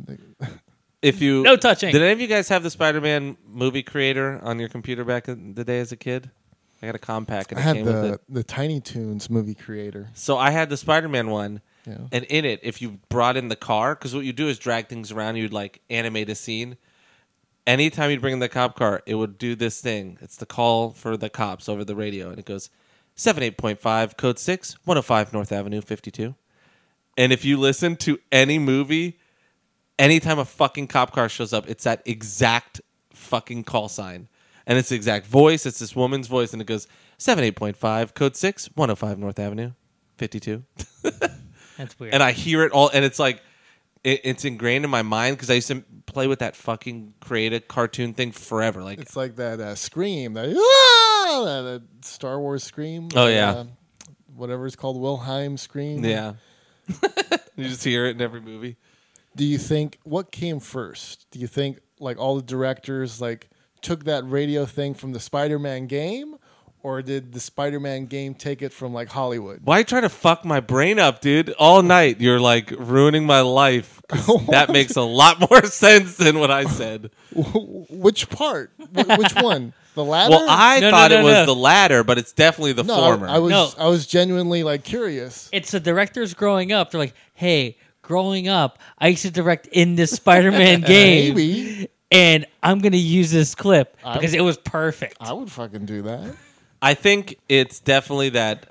If you
No touching.
Did any of you guys have the Spider-Man movie creator on your computer back in the day as a kid? I got a compact and
I
it
had
came with
the
it.
the Tiny Toons movie creator
So I had the Spider-Man one.
yeah
And in it, if you brought in the car, because what you do is drag things around, you'd like animate a scene. Anytime you'd bring in the cop car, it would do this thing. It's the call for the cops over the radio, and it goes 78.5, code 6, 105 North Avenue, 52. And if you listen to any movie, anytime a fucking cop car shows up, it's that exact fucking call sign. And it's the exact voice. It's this woman's voice, and it goes 78.5, code 6, 105 North Avenue, 52
That's weird.
and I hear it all, and it's like it, it's ingrained in my mind because I used to play with that fucking create a cartoon thing forever. Like,
it's like that uh, scream that, "Ah!" that, that Star Wars scream
Oh, yeah.
uh, whatever it's called Wilhelm scream
yeah, [LAUGHS] you just hear it in every movie.
do you think what came first do you think like all the directors like took that radio thing from the spider-man game or did the Spider-Man game take it from like Hollywood?
Why are you trying to fuck my brain up, dude? All night you're like ruining my life. [LAUGHS] 'Cause that makes a lot more [LAUGHS] sense than what I said.
[LAUGHS] Which part? Wh- [LAUGHS] Which one? The latter?
Well, I
No, no,
thought
no,
it was
no.
the latter, but it's definitely the
no, I-
former.
I, was
No.
I was genuinely like curious.
It's the directors growing up. They're like, hey, growing up, I used to direct in this
[LAUGHS]
Spider Man game.
Maybe
And I'm going to use this clip because it was perfect.
I would fucking do that.
I think it's definitely that.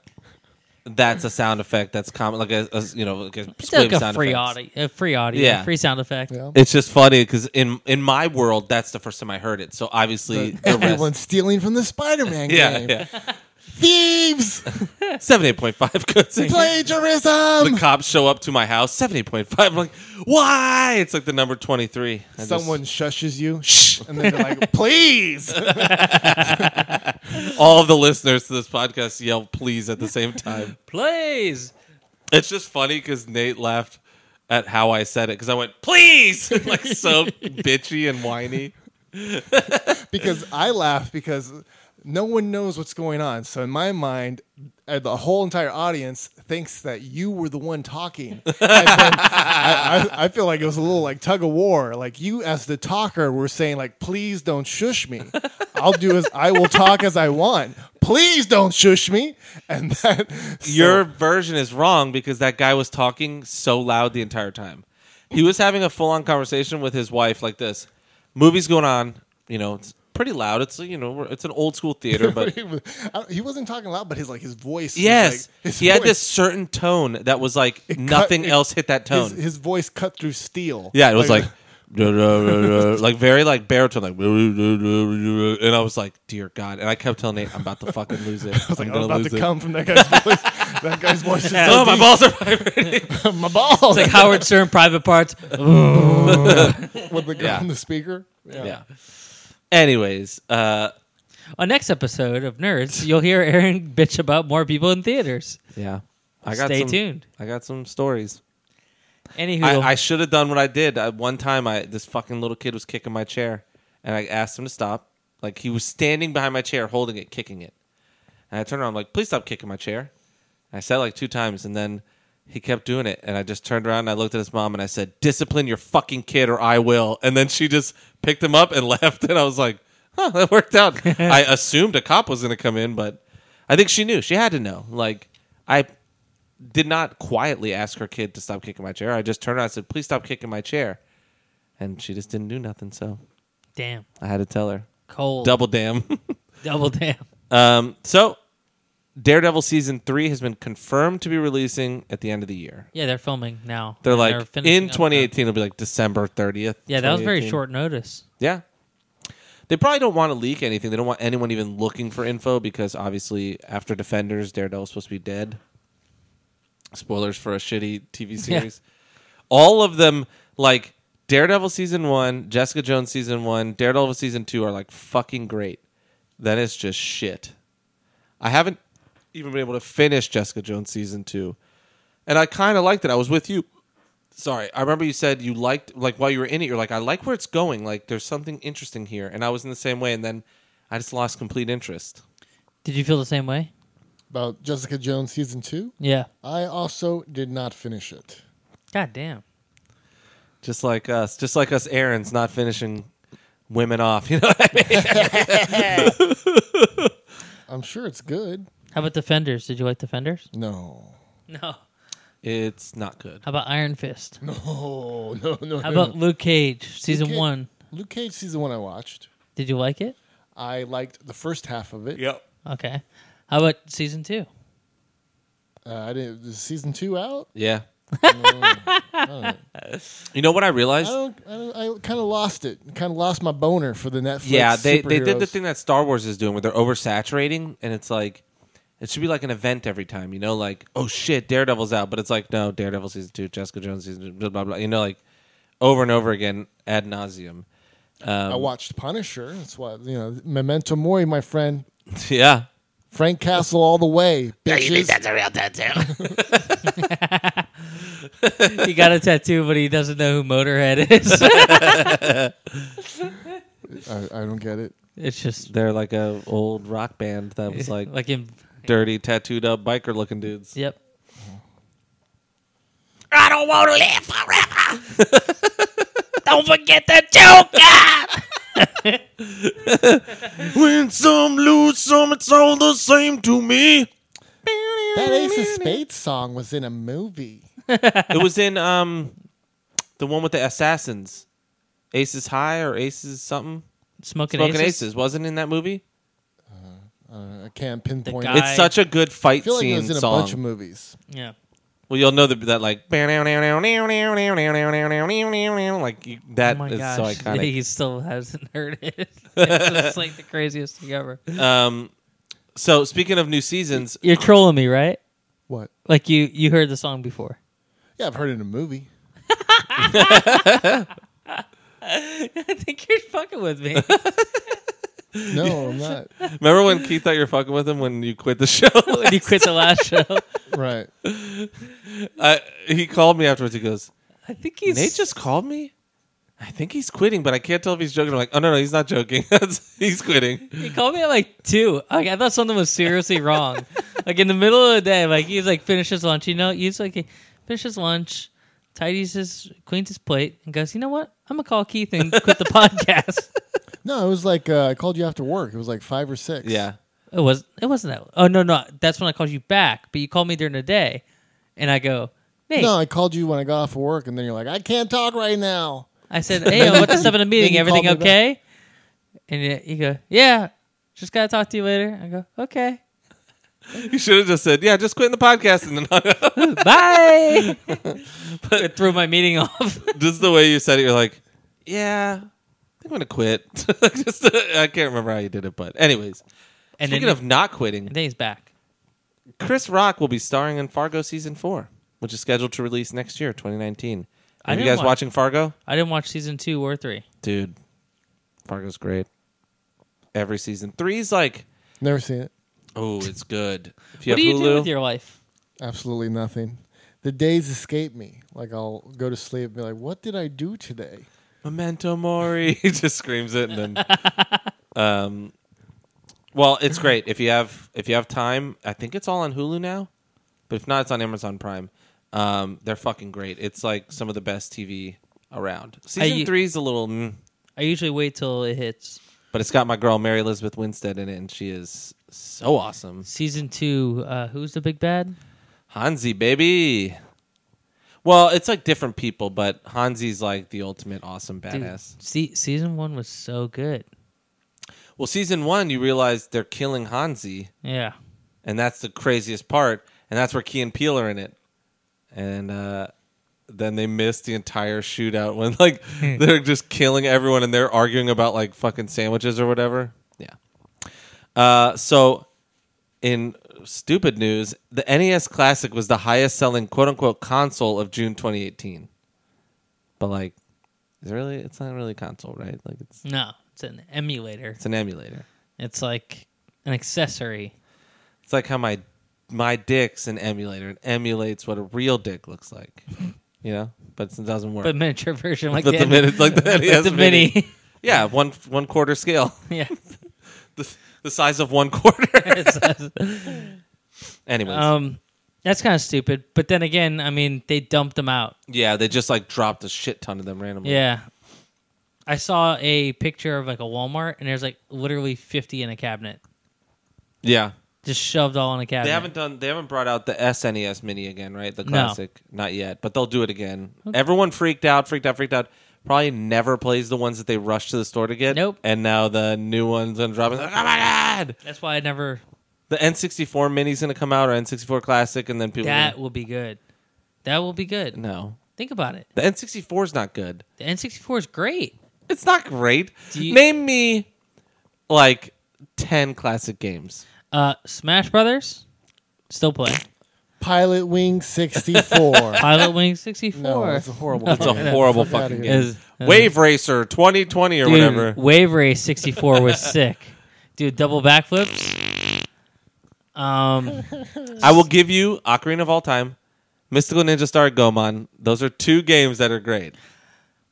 That's a sound effect that's common, like a, a you know, like a
it's
squib
like a
sound
free
effects.
audio, a free audio,
Yeah.
free sound effect.
Yeah.
It's just funny because in in my world, that's the first time I heard it. So obviously, the
Everyone's
rest,
stealing from the Spider-Man
[LAUGHS] yeah,
game.
yeah, [LAUGHS]
Thieves!
seventy eight point five. [LAUGHS] The
Plagiarism!
cops show up to my house. Seventy eight point five. I'm like, why? It's like the number twenty three.
Someone shushes you, shh, and then they're like, [LAUGHS] please!
all the listeners to this podcast yell please at the same
[LAUGHS]
time.
Please.
It's just funny because Nate laughed at how I said it because I went please [LAUGHS] like
[LAUGHS]
so bitchy and whiny.
because I laugh because no one knows what's going on. So in my mind, uh, the whole entire audience thinks that you were the one talking. And then I, I, I feel like it was a little like tug of war. Like you, as the talker, were saying like, "Please don't shush me. I'll do as I will talk as I want. Please don't shush me." And that so-
Your
[LAUGHS]
version is wrong because that guy was talking so loud the entire time. He was having a full on conversation with his wife like this. Movie's going on, you know, it's pretty loud. It's you know, we're- it's an old school theater, but
[LAUGHS] he, was, not talking loud, but his like his voice. was,
yes,
like- his
he had
voice-
this certain tone that was like nothing
it-
else hit that tone.
His, his voice cut through steel.
Yeah, it was like duh, duh, duh, [LAUGHS] duh, like very like baritone, like duh, duh, duh, duh, and I was like, dear God, and I kept telling Nate, I'm about to fucking lose it. I
[LAUGHS] I was like,
am
I'm
gonna
about
lose
to
it.
come from that guy's voice. [LAUGHS] that guy's
[LAUGHS]
voice is so
Oh, my
deep.
balls are [LAUGHS] vibrating.
my balls
Like Howard Stern, private parts.
[LAUGHS] with the girl
Yeah.
on the speaker. Yeah.
yeah. Anyways, uh,
On next episode of Nerds, you'll hear Aaron [LAUGHS] bitch about more people in theaters.
yeah, I got.
Stay
some,
tuned.
I got some stories.
Anywho,
I, I should have done what I did. I, one time, I this fucking little kid was kicking my chair, and I asked him to stop. Like he was standing behind my chair, holding it, kicking it. And I turned around, I'm like, please stop kicking my chair. And I said it like two times, and then he kept doing it. And I just turned around and I looked at his mom and I said, discipline your fucking kid or I will. And then she just picked him up and [LAUGHS] left. And I was like, huh, that worked out. I assumed a cop was going to come in, but I think she knew. She had to know. Like, I did not quietly ask her kid to stop kicking my chair. I just turned around and said, please stop kicking my chair. And she just didn't do nothing. So
damn,
I had to tell her.
cold, double,
Double damn. [LAUGHS]
damn.
Um, so, Daredevil season three has been confirmed to be releasing at the end of the year.
Yeah, they're filming now.
They're
And
like
finishing
in
up now.
2018, it'll be like December 30th.
Yeah, that was very
2018.
short notice.
Yeah, they probably don't want to leak anything. They don't want anyone even looking for info because obviously after Defenders, Daredevil's supposed to be dead. Spoilers for a shitty TV
Yeah.
series. All of them, like Daredevil season one, Jessica Jones season one, Daredevil season two, are like fucking great. Then it's just shit. I haven't even been able to finish Jessica Jones season two, and I kind of liked it. I was with you. Sorry, I remember you said you liked like while you were in it, you're like, I like where it's going. Like, there's something interesting here, and I was in the same way. And then I just lost complete interest.
Did you feel the same way?
About Jessica Jones season two.
Yeah.
I also did not finish it.
God damn.
Just like us, just like us, Aaron's not finishing women off. [LAUGHS] You know what I mean?
I'm sure it's good.
How about Defenders? Did you like Defenders?
[LAUGHS]
No.
No. How
It's not good.
about Iron [LAUGHS] Fist?
Oh no no.
How
no,
about Luke Cage season
Luke Cage-
one?
no. Luke Cage season one? I watched.
Did you like it?
I liked the first half of it.
Yep.
Okay. How about
[LAUGHS]
season two?
Uh, I didn't. Is season two out?
Yeah. you know what I
I
realized?
don't. I, don't, I kind of lost it. Kind of lost my boner for the Netflix.
yeah, they they did the
superheroes.
thing that Star Wars is doing where they're oversaturating and it's like it should be like an event every time, you know, like oh shit, Daredevil's out, but it's like no, Daredevil season 2, Jessica Jones season two, blah blah blah, you know like over and over again ad nauseum.
I
um,
watched Punisher. That's why you know Memento Mori, my friend.
[LAUGHS] yeah.
Frank Castle all the way, bitches.
a real tattoo?
he got a tattoo, but
[LAUGHS]
he doesn't know who Motorhead is.
I, I don't get it.
It's just
They're like a old rock band that was like,
like in
dirty tattooed up biker looking dudes.
yep.
I don't want to live forever. don't forget the Joker.
Win some, lose some, it's all the same to me.
That Ace of Spades song was in a movie.
It was in um, the one with the assassins, Aces High or Aces something.
Smoking,
Smoking
aces.
Aces. wasn't in that movie.
Uh, I can't pinpoint.
guy-
it.
It's such a good fight
I feel like
scene
it was in
song.
a bunch of movies.
Yeah.
well, you'll know the, that like like you, that
oh my
is
gosh.
so iconic.
[LAUGHS]
[LAUGHS]
He still hasn't heard it. [LAUGHS] it's just like the craziest thing ever.
Um, so speaking of new seasons,
You're trolling me, right?
What?
Like you you heard the song before.
Yeah, I've heard it in a movie.
[LAUGHS] I think you're fucking with me.
No, I'm not.
remember when Keith thought you were fucking with him when you quit the [LAUGHS] show?
[LAUGHS] when you quit the [LAUGHS] last show.
Right.
I, he called me afterwards. He goes,
I think he's
Nate just called me. I think he's quitting, but I can't tell if he's joking. I'm like, oh no, no, he's not joking. [LAUGHS] he's
[LAUGHS]
quitting.
He called me at like two. Like I thought something was seriously [LAUGHS] wrong. like in the middle of the day, like he's like finish his lunch. You know, he's like he finishes his lunch, tidies his cleans his plate, and goes, you know what? I'm gonna call Keith and quit [LAUGHS] the podcast.
No, it was like uh, I called you after work. It was like five or six.
Yeah,
It was it wasn't that. Oh no no, that's when I called you back. But you called me during the day, and I go, Nate.
No, I called you when I got off of work, and then you're like, I can't talk right now.
I [LAUGHS] said, hey, what what's up in a meeting?
Then you
Everything
called me
okay? And you- you go, yeah. Just gotta talk to you later. I go, okay,
you should have just said, yeah, just quitting the podcast, [LAUGHS] and then hung up.
bye. [LAUGHS] but it threw my meeting off.
just the way you said it, you're like, yeah, I think I'm gonna quit. [LAUGHS] just uh, I can't remember how you did it, but anyways,
And
speaking
then,
of not quitting,
[LAUGHS] and then he's back.
Chris Rock will be starring in Fargo season four, which is scheduled to release next year, 2019.
I
Are you
didn't
guys
watch-
watching Fargo?
I didn't watch season two or three.
Dude, Fargo's great. Every season, three's like,
Never seen it.
oh, it's good. If you
What do you
have
do
Hulu,
with your life?
Absolutely nothing. The days escape me. Like I'll go to sleep and be like, what did I do today?
Memento Mori. [LAUGHS] he just screams it, and then, um, well, it's great if you have if you have time. I think it's all on Hulu now, but if not, it's on Amazon Prime. Um, they're fucking great. It's like some of the best TV around. Season
you-
three's a little, mm,
I usually wait till it hits.
but it's got my girl Mary Elizabeth Winstead in it, and she is so awesome.
Season two, uh, who's the big bad?
Hanzi, baby. Well, it's like different people, but Hanzi's like the ultimate awesome
Dude,
badass.
se- season one was so good.
Well, season one, you realize they're killing Hanzi.
Yeah.
and that's the craziest part. And that's where Key and Peele are in it. And uh, then they miss the entire shootout when like they're just killing everyone and they're arguing about like fucking sandwiches or whatever. Yeah. Uh, so in stupid news, the NES Classic was the highest selling quote unquote console of June 2018. But like, is it really? It's not really a console, right? Like it's
No, it's an emulator.
it's an emulator.
It's like an accessory.
It's like how my my dick's an emulator. It emulates what a real dick looks like. You know? But it doesn't work.
But miniature version, like
But
the,
the
[LAUGHS]
mini- like the NES
the
mini.
mini.
yeah, one one quarter scale. [LAUGHS]
[LAUGHS] yeah.
The, the size of one quarter. [LAUGHS] Anyways.
um, that's kind of stupid. But then again, I mean, they dumped them out.
yeah, they just like dropped a shit ton of them randomly.
Yeah. I saw a picture of like a Walmart, and there's like literally 50 in a cabinet,
Yeah.
just shoved all in a cabinet.
They haven't done they haven't brought out the SNES mini again, right? The
No.
classic. Not yet, but they'll do it again. Everyone freaked out, freaked out, freaked out. Probably never plays the ones that they rushed to the store to get.
Nope.
And now the new one's gonna drop. It's Like, oh my god!
That's why I never.
the N64 mini's going to come out or N64 classic and then people
That will be good. That will be good.
no.
Think about it.
The N64 is not good.
The N64 is great.
It's not great.
Do you-
Name me like 10 classic games.
Uh, Smash Brothers,
[LAUGHS]
still playing.
Pilot Wing [LAUGHS] 64.
Pilot Wing 64.
no, that's a horrible
It's a
game.
horrible
Fuck outta
fucking
here.
game.
Is-
Wave Racer 2020 or
Dude,
whatever.
Wave Race 64 was sick. Dude, double backflips. Um,
I will give you Ocarina of All Time, Mystical Ninja Star Gomon. Those are two games that are great.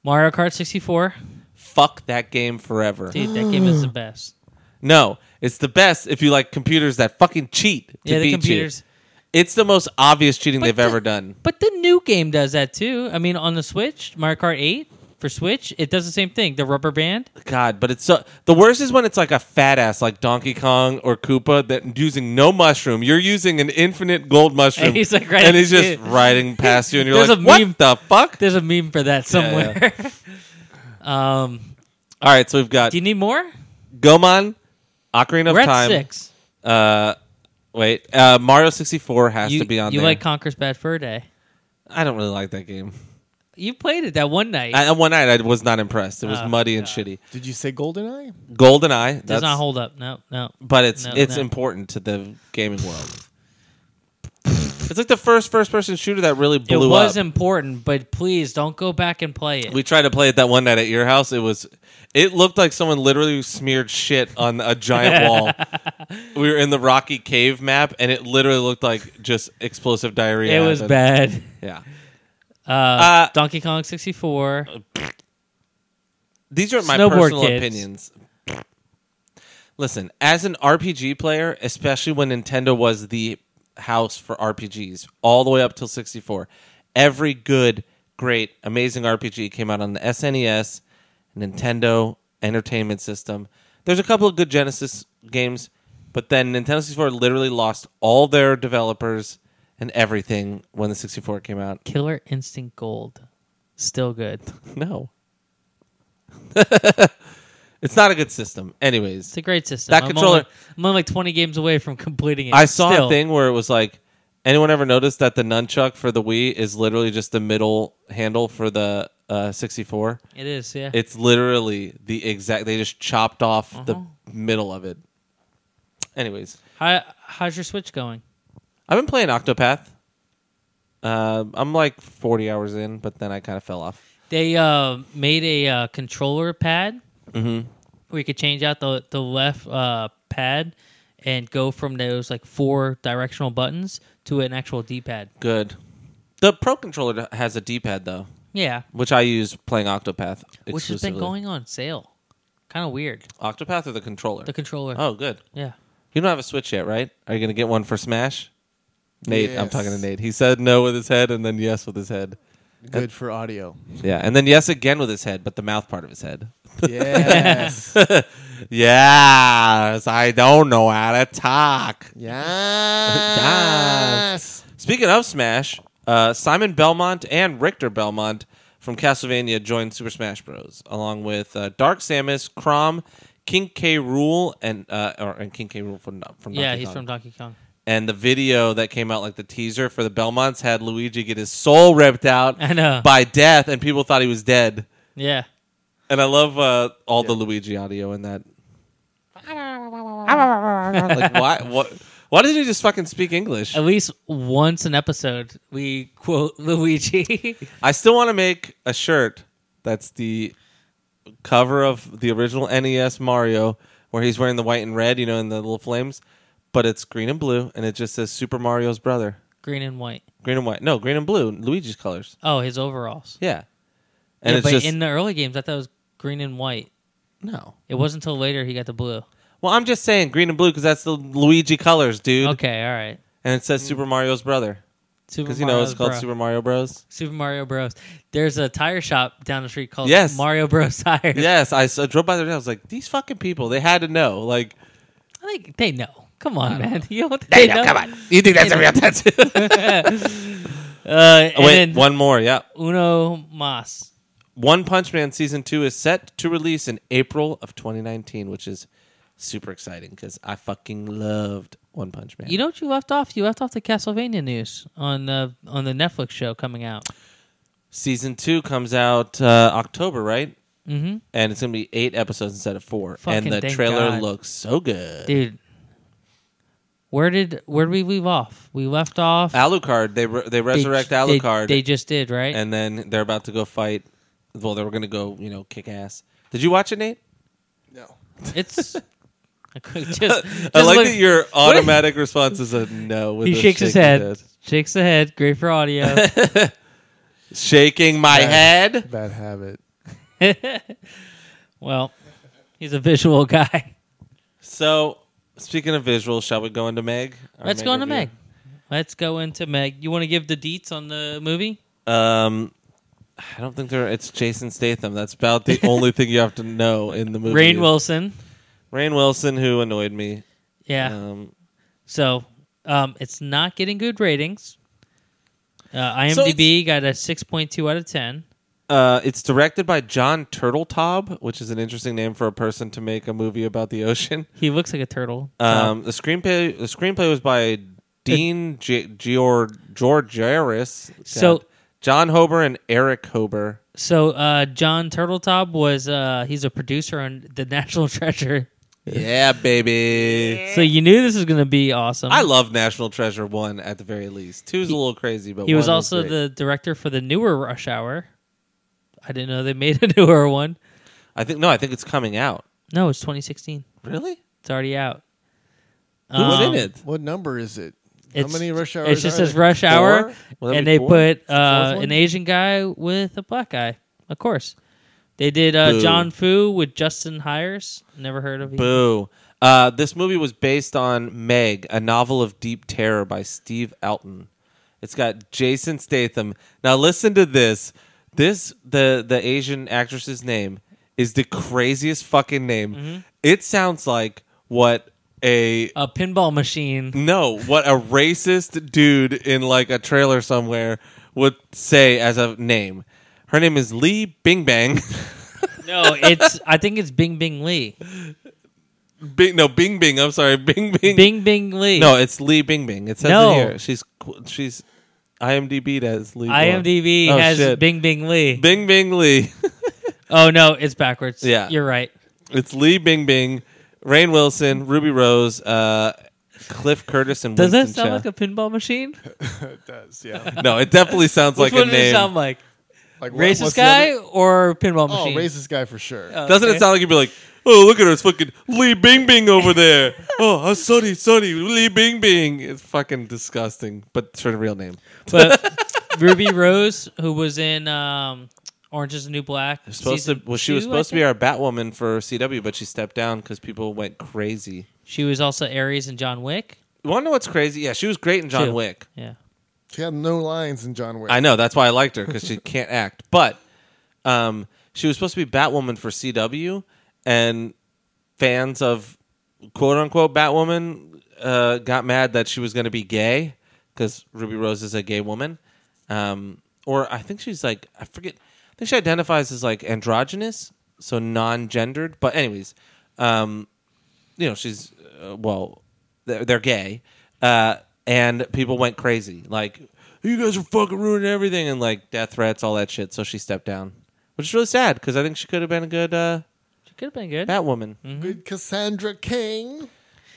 Mario Kart 64.
Fuck that game forever.
Dude, that game is the best.
No, it's the best if you like computers that fucking cheat to
Yeah, the
beat
computers.
you. It's the most obvious cheating
But
they've
the-
ever done.
But the new game does that too. I mean, on the Switch, Mario Kart 8 for Switch, it does the same thing. The rubber band.
God, but it's so the worst is when it's like a fat ass like Donkey Kong or Koopa that using no mushroom. You're using an infinite gold mushroom,
[LAUGHS] he's, like, right
and
at
he's just
you.
riding past you, and you're
There's
like,
a
"What
meme-
the fuck?"
There's a meme for that somewhere. [LAUGHS] um,
All right, so we've got
do you need more?
Gomon, Ocarina of
We're at
Time.
six.
Uh, wait, uh, Mario sixty four has
you
to be on.
you
there.
like Conker's Bad Fur Day?
I don't really like that game.
You played it that one night.
I, uh, one night I was not impressed. It was
Oh,
muddy and shitty.
Did you say GoldenEye?
Golden Eye
does not hold up. No, no.
but it's
No,
it's
no.
important to the gaming world. [LAUGHS] it's like the first first person shooter that really
It
blew
was
up.
important, but please don't go back and play it.
We tried to play it that one night at your house. It was it looked like someone literally smeared shit on a
[LAUGHS]
giant wall. We were in the rocky cave map, and it literally looked like just explosive diarrhea.
it was
happened.
bad.
Yeah.
Uh,
Uh,
Donkey Kong 64.
These are my
Snowboard
personal
kids.
opinions. Listen, as an RPG player, especially when Nintendo was the house for RPGs, all the way up till 64, every good, great, amazing RPG came out on the SNES, Nintendo Entertainment System. There's a couple of good Genesis games, but then Nintendo 64 literally lost all their developers and everything when the 64 came out.
Killer Instinct Gold. Still good.
No. [LAUGHS] it's not a good system. Anyways,
It's a great system.
That
I'm
controller-
Only, I'm only like 20 games away from completing it.
I saw
Still.
a thing where it was like, anyone ever noticed that the nunchuck for the Wii is literally just the middle handle for the uh, 64?
It is, yeah.
It's literally the exact. They just chopped off
Uh-huh.
the middle of it. Anyways,
How, how's your Switch going?
I've been playing Octopath. Uh, I'm like 40 hours in, but then I kind of fell off.
They uh, made a uh, controller pad
Mm-hmm.
where you could change out the the left uh, pad and go from those like four directional buttons to an actual D pad.
Good. The Pro Controller has a D-pad though,
Yeah,
which I use playing Octopath.
which has been
exclusively.
going on sale. Kind of weird.
Octopath or the controller?
The controller.
oh, good.
yeah.
You don't have a Switch yet, right? Are you going to get one for Smash? Nate, I'm
Yes.
talking to Nate. He said no with his head and then yes with his head.
Good for
[LAUGHS]
audio.
Yeah, and then yes again with his head, but the mouth part of his head.
[LAUGHS]
Yes.
Yes, I don't know how to talk.
yes.
Speaking of Smash, uh, Simon Belmont and Richter Belmont from Castlevania joined Super Smash Bros. along with uh, Dark Samus, Crom, King K. Rule, and uh, or and King K. Rule from from
yeah,
Donkey
he's
Kong.
from Donkey Kong.
[LAUGHS] and the video that came out like the teaser for the Belmonts had Luigi get his soul ripped out
I know.
by death and people thought he was dead.
Yeah.
And I love uh, all the Luigi audio in
[LAUGHS]
that. like why what why did he just fucking speak English?
At least once an episode, we quote [LAUGHS] Luigi.
I still want to make a shirt that's the cover of the original NES Mario where he's wearing the white and red, you know, and the little flames, but it's green and blue and it just says Super Mario's brother.
Green and white.
Green and white. No, green and blue, Luigi's colors.
Oh, his overalls.
Yeah.
Yeah,
And it's
but
just
in the early games, I thought it was green and white.
no.
It wasn't until later he got the blue.
Well, I'm just saying green and blue because that's the Luigi colors, dude.
Okay, all right.
And it says Super Mario's brother
Super
because you know
Mario's
it's called
bro.
Super Mario Bros.
Super Mario Bros. There's a tire shop down the street called
Yes.
Mario Bros. Tires.
yes, I, s- I drove by there and I was like, these fucking people, they had to know. Like,
I think they know. Come on, man. [LAUGHS] You don't,
They know, come on. You think that's a real test?
Uh, and
wait,
then
one more. Yeah,
Uno Mas.
One Punch Man season two is set to release in April of 2019, which is super exciting because I fucking loved One Punch Man.
You know what you left off? You left off the Castlevania news on the on the Netflix show coming out.
season two comes out uh, October, right?
Mm-hmm.
And it's gonna be eight episodes instead of four.
Fucking
and the
thank
trailer
God.
looks so good.
Dude, where did where did we leave off? We left off.
Alucard. They re- they
they-
resurrect
they-
Alucard,
They, just did right.
and then they're about to go fight. Well, they were going to go, you know, kick ass. Did you watch it, Nate?
No.
it's
[LAUGHS]
I could just,
I
just
like
look-
that your automatic response is a no. With
He
a
shakes his
shaking
head. Shakes the head. Great for audio.
[LAUGHS] shaking my
Yeah.
head.
Bad habit.
well, he's a visual guy.
So, speaking of visuals, shall we go into Meg? Our
Let's go into
review?
Meg. Let's go into Meg. You want to give the deets on the movie?
Um, I don't think there. It's Jason Statham. That's about
[LAUGHS]
the only thing you have to know in the movie.
Rain Wilson.
Rain Wilson, who annoyed me.
Yeah.
Um,
So um, it's not getting good ratings. Uh, IMDb got a 6.2 out of 10.
uh, it's directed by John Turtletaub, which is an interesting name for a person to make a movie about the ocean. [LAUGHS]
He looks like a turtle.
Um, the screenplay the screenplay was by Dean G- Gior- Georgiaris.
So-
God. John Hober and Eric Hober.
so uh, John Turtletop was uh, he's a producer on The National [LAUGHS] Treasure.
Yeah, baby.
So you knew this was going to be awesome.
I love National Treasure one at the very least. Two's a little crazy, but
he was
one
also
great.
the director for the newer Rush Hour. I didn't know they [LAUGHS] made a newer one.
I think no, I think it's coming out.
No, it's 2016.
Really?
It's already out. Um,
Who was in it?
What number is it? How
It's-
many rush hours?
It just
are
says
there?
rush hour,
Well, that'd
and
be
they
four.
put
fourth
uh,
one?
an Asian guy with a black guy. Of course, they did uh,
Boo.
John Fu with Justin Hires. Never heard of him.
Boo. Uh, this movie was based on Meg, a novel of deep terror by Steve Elton. It's got Jason Statham. Now listen to this. This the the Asian actress's name is the craziest fucking name. It sounds like what a
A pinball
[LAUGHS]
machine.
no, what a racist dude in like a trailer somewhere would say as a name. Her name is Lee Bing Bang.
No, it's. I think it's Bing Bing Lee.
[LAUGHS] Bing, no, Bing Bing. I'm sorry, Bing Bing.
Bing Bing Lee.
No, it's Lee Bing Bing. It says
No.
it here. She's qu- she's IMDb as Lee.
IMDb
Oh,
has
shit.
Bing Bing Lee.
Bing Bing Lee. [LAUGHS]
Oh no, it's backwards.
Yeah.
you're right.
it's Lee Bing Bing, Rain Wilson, Ruby Rose, uh, Cliff Curtis, and
Does that
Winston
sound
Chow.
like a pinball machine?
[LAUGHS] It
[LAUGHS]
does, yeah.
no, it definitely sounds
Which
like a
one does it
name.
sound like?
Like what-
Racist
what's the
guy
other-
or pinball
Oh,
machine?
racist guy for sure.
Doesn't
Okay.
it sound like you'd be like, oh, look at her, it's fucking Lee Bing Bing over there. [LAUGHS] oh, oh, sorry, sorry, Lee Bing Bing. It's fucking disgusting, but it's her real name.
but
[LAUGHS]
Ruby Rose, who was in um, Orange Is the New Black,
Supposed
season
to, well, she was
two, I
supposed to
think?
be our Batwoman for CW, but she stepped down because people went crazy.
She was also Aries and John Wick.
You want to know what's crazy? Yeah, she was great in John
Two.
Wick.
Yeah,
She had no lines in John Wick.
I know that's why I liked her because she [LAUGHS] can't act. But um, she was supposed to be Batwoman for CW, and fans of quote unquote Batwoman uh, got mad that she was going to be gay because Ruby Rose is a gay woman, um, or I think she's like I forget. I think she identifies as like androgynous, so non-gendered. But anyways, um, you know she's uh, well they're, they're gay uh, and people went crazy like you guys are fucking ruining everything and like death threats all that shit so she stepped down which is really sad because i think she could have been a good uh,
she could have been good.
batwoman
Mm-hmm.
Good Cassandra King.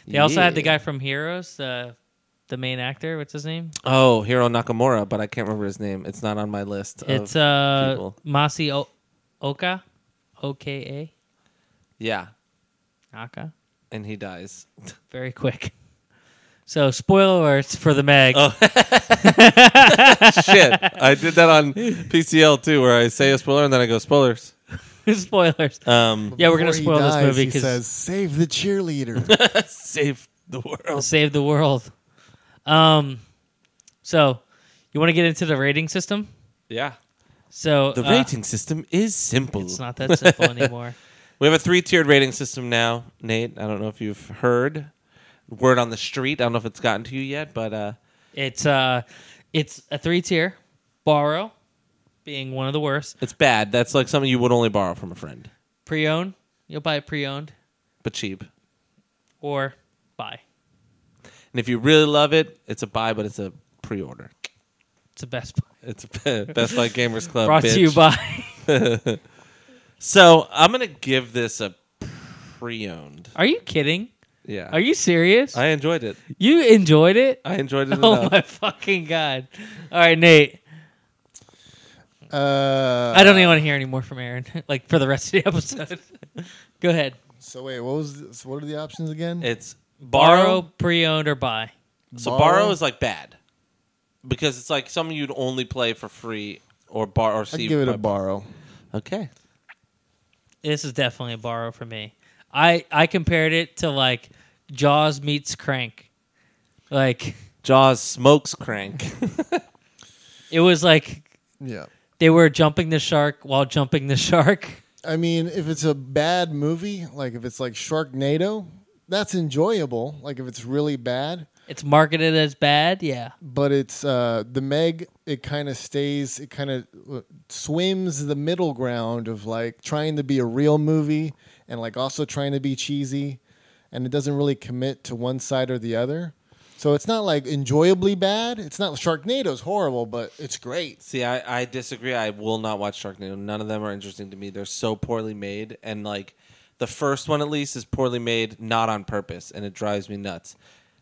They also had the
Yeah.
guy from Heroes, the the main actor. What's his name?
oh hiro nakamura but i can't remember his name it's not on my list of-
it's uh,
people.
Masi o- Oka, O K
yeah
A Aka.
and he dies [LAUGHS]
Very quick. [LAUGHS] So spoiler alerts for the Meg.
Oh. shit i did that on pcl too where i say a spoiler and then i go spoilers
[LAUGHS] Spoilers. [LAUGHS]
um
Yeah, we're gonna
Before he
spoil this
dies,
movie
He
'cause-
says, "Save
[LAUGHS]
the cheerleader."
save the world
Save the world. Um, so you want to get into the rating system?
yeah
So
the
uh,
rating system is simple
It's not
[LAUGHS]
that simple anymore.
We have a three tiered rating system now, Nate. I don't know if you've heard word on the street. I don't know if it's gotten to you yet, but uh,
It's uh, it's a three tier. Borrow, being one of the worst.
it's bad. That's like something you would only borrow from a friend,
Pre owned, you'll buy it pre owned
but cheap.
or buy.
And if you really love it, it's a buy, but it's a pre order.
It's the best buy.
It's [LAUGHS] a Best Buy Gamers Club.
Brought
bitch.
to you by. [LAUGHS]
So I'm gonna give this a pre owned.
Are you kidding?
Yeah,
Are you serious?
I enjoyed it.
you enjoyed it?
I enjoyed it
[LAUGHS] oh
enough.
my fucking god! All right, Nate.
uh,
I don't even want to hear any more from Aaron. [LAUGHS] like for the rest of the episode. [LAUGHS] Go ahead.
So wait, what was? This? What are the options again?
It's borrow.
Borrow, pre owned, or buy.
So borrow,
Borrow?
is like bad because it's like something you'd only play for free or bar or
I'd
see.
give it
by-
a borrow.
Okay.
This is definitely a borrow for me. I I compared it to like Jaws meets Crank. Like
Jaws smokes crank. [LAUGHS]
it was like
Yeah.
they were jumping the shark while jumping the shark. [LAUGHS]
I mean, if it's a bad movie, like if it's like Sharknado, that's enjoyable. Like if it's really bad,
It's marketed as bad, yeah.
but it's uh, the Meg. It kind of stays. It kind of swims the middle ground of like trying to be a real movie and like also trying to be cheesy, and it doesn't really commit to one side or the other. So it's not like enjoyably bad. It's not Sharknado's horrible, but it's great.
See, I, I disagree. I will not watch Sharknado. None of them are interesting to me. They're so poorly made, and like the first one at least is poorly made, not on purpose, and it drives me nuts.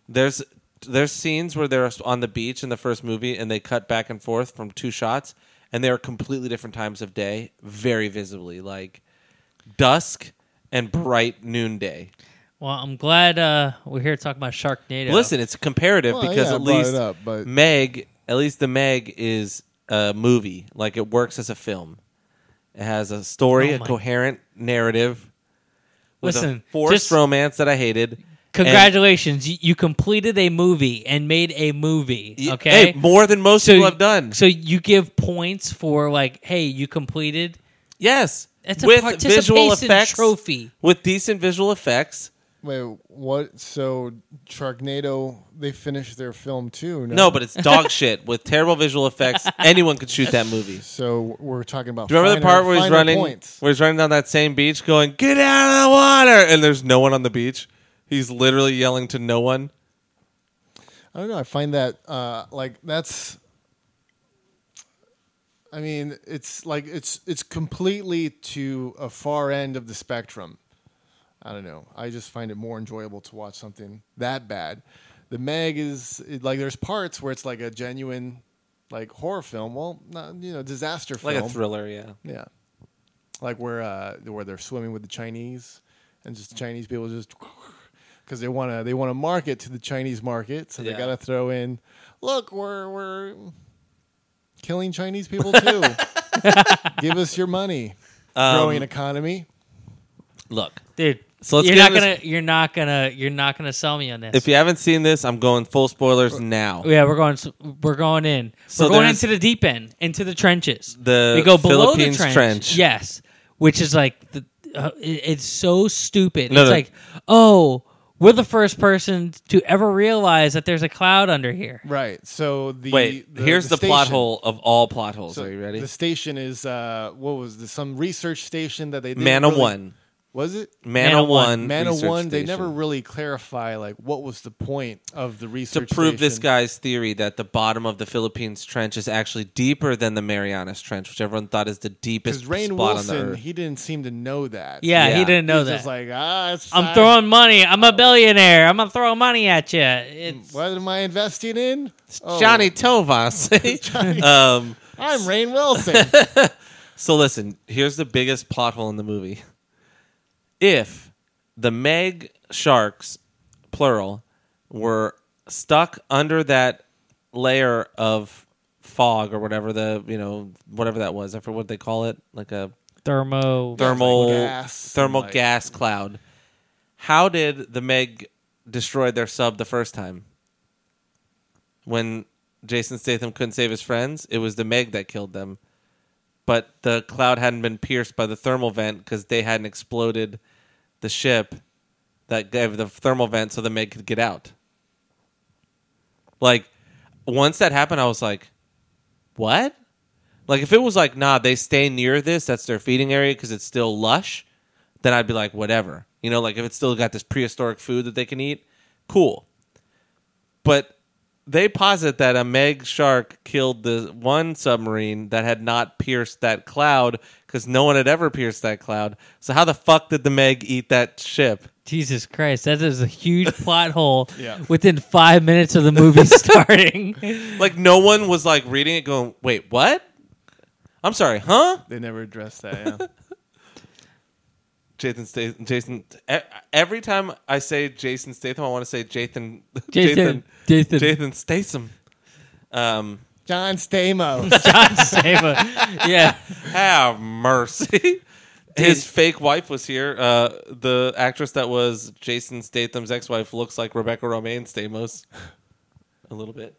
There's there's scenes where they're on the beach in the first movie, and they cut back and forth from two shots, and they are completely different times of day, very visibly, like dusk and bright noonday.
Well, I'm glad uh, we're here talking about Sharknado.
Listen, it's comparative
Well,
because
yeah, I
at
brought it
least
up, but-
Meg, at least the Meg is a movie. Like it works as a film. It has a story,
Oh
a
my-
coherent narrative. with a
Listen,
forced
just-
romance that I hated.
congratulations, you, you completed a movie and made a movie.
And-
Okay,
hey, more than most people have done.
So you give points for like, hey, you completed.
yes,
That's a
with visual
participation
effects,
trophy.
with decent visual effects.
Wait, what? So Sharknado, they finished their film too.
No, but it's dog [LAUGHS] shit with terrible visual effects. Anyone could shoot that movie.
So we're talking about.
Do you remember the
final-
part where he's
final
running,
points.
where he's running down that same beach, going "Get out of the water!" and there's no one on the beach. He's literally yelling to no one.
I don't know. I find that uh, like that's. I mean, it's like it's it's completely to a far end of the spectrum. I don't know. I just find it more enjoyable to watch something that bad. The Meg is it, like there's parts where it's like a genuine, like horror film. Well, not, you know, disaster film.
Like a thriller, yeah.
Yeah, like where uh, where they're swimming with the Chinese, and just Chinese people just [LAUGHS] because they want to they want to market to the Chinese market, so
Yeah.
they got to throw in, look, we're we're killing Chinese people
[LAUGHS]
too. Give us your money,
Um,
growing economy.
Look,
Dude,
So let's
you're
get
not
in
gonna,
this-
you're not gonna, you're not gonna sell me on this.
if you haven't seen this, I'm going full spoilers now.
yeah, we're going, we're going in.
So
we're going
there's-
into the deep end, into the trenches.
The
we go below
Philippines
the trench.
trench.
Yes, which is like, the, uh, it- it's so stupid.
No,
it's
no.
like, oh, we're the first person to ever realize that there's a cloud under here.
Right. So the
Wait, here's the, plot
station-
hole of all plot holes.
So
Are you ready?
The station is uh, what was this? Some research station that they did
Man of One,
was it?
Man
Man
of
of One.
One,
Man of
research
One, they never
station.
really clarify like what was the point of the
to
research
prove this
station.
guy's theory that the bottom of the Philippines Trench is actually deeper than the Marianas Trench, which everyone thought is the deepest
Because Rain
spot on the
Wilson,
earth.
he didn't seem to know that.
Yeah,
Yeah.
he didn't
he
know
was
that.
just like, ah, it's,
I'm
I-
throwing money. I'm a billionaire. I'm gonna throw money at you. It's
What am I investing in? Oh,
Johnny Tovas. [LAUGHS] um, [LAUGHS]
I'm Rain Wilson.
So listen, here's the biggest plot hole in the movie. If the Meg sharks, plural, were stuck under that layer of fog or whatever the you know whatever that was, I forget what they call it, like a
thermo.
thermal
gas
thermal
and, like-
gas cloud. How did the Meg destroy their sub the first time? When Jason Statham couldn't save his friends, it was the Meg that killed them. But the cloud hadn't been pierced by the thermal vent because they hadn't exploded the ship that gave the thermal vent so the Meg could get out. Like, once that happened, I was like, what? Like if it was like, nah, they stay near this, that's their feeding area because it's still lush, then I'd be like, whatever. You know, like if it's still got this prehistoric food that they can eat, cool. But they posit that a Meg shark killed the one submarine that had not pierced that cloud because no one had ever pierced that cloud. So how the fuck did the Meg eat that ship?
Jesus Christ, that is
[LAUGHS]
a huge plot hole.
Yeah.
Within five minutes of the movie starting,
Like no one was like reading it, going, "Wait, what?" I'm sorry, huh?
they never addressed that. Yeah.
Jason Statham. Jason. e- Every time I say Jason Statham, I want to say Jathan. [LAUGHS]
Jason, Jason,
Jathan Statham. Um, [LAUGHS]
John Stamos.
John Stamos. yeah,
have mercy. [LAUGHS] his fake wife was here. Uh, the actress that was Jason Statham's ex-wife looks like Rebecca Romaine Stamos a little bit.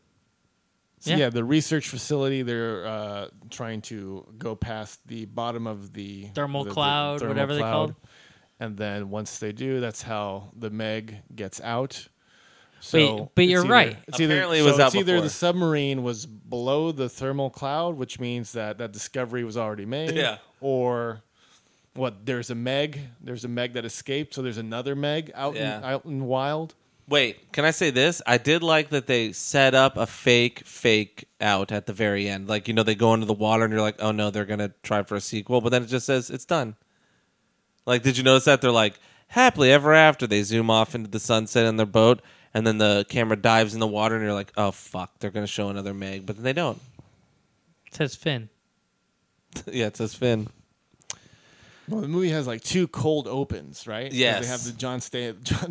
So,
Yeah.
yeah. the research facility, they're uh, trying to go past the bottom of the
Thermal
the- the
cloud, whatever they're called.
And then once they do, that's how the Meg gets out.
But-
So
but
it's
you're
either-
right.
It's either,
Apparently it
so
was out
it's either
before.
the submarine was below the thermal cloud, which means that that discovery was already made.
Yeah.
Or what? There's a Meg. There's a Meg that escaped. So there's another Meg out in,
Yeah.
out in wild.
Wait, can I say this? I did like that they set up a fake fake out at the very end. Like, you know, they go into the water and you're like, oh no, they're going to try for a sequel. But then it just says it's done. Like, did you notice that? They're like, happily ever after. They zoom off into the sunset in their boat. And then the camera dives in the water and you're like, oh fuck, they're going to show another Meg. But then they don't. [LAUGHS]
It says Finn.
yeah, it says Finn.
Well, the movie has like two cold opens, right? 'Cause
Yes.
They have the John, Sta- John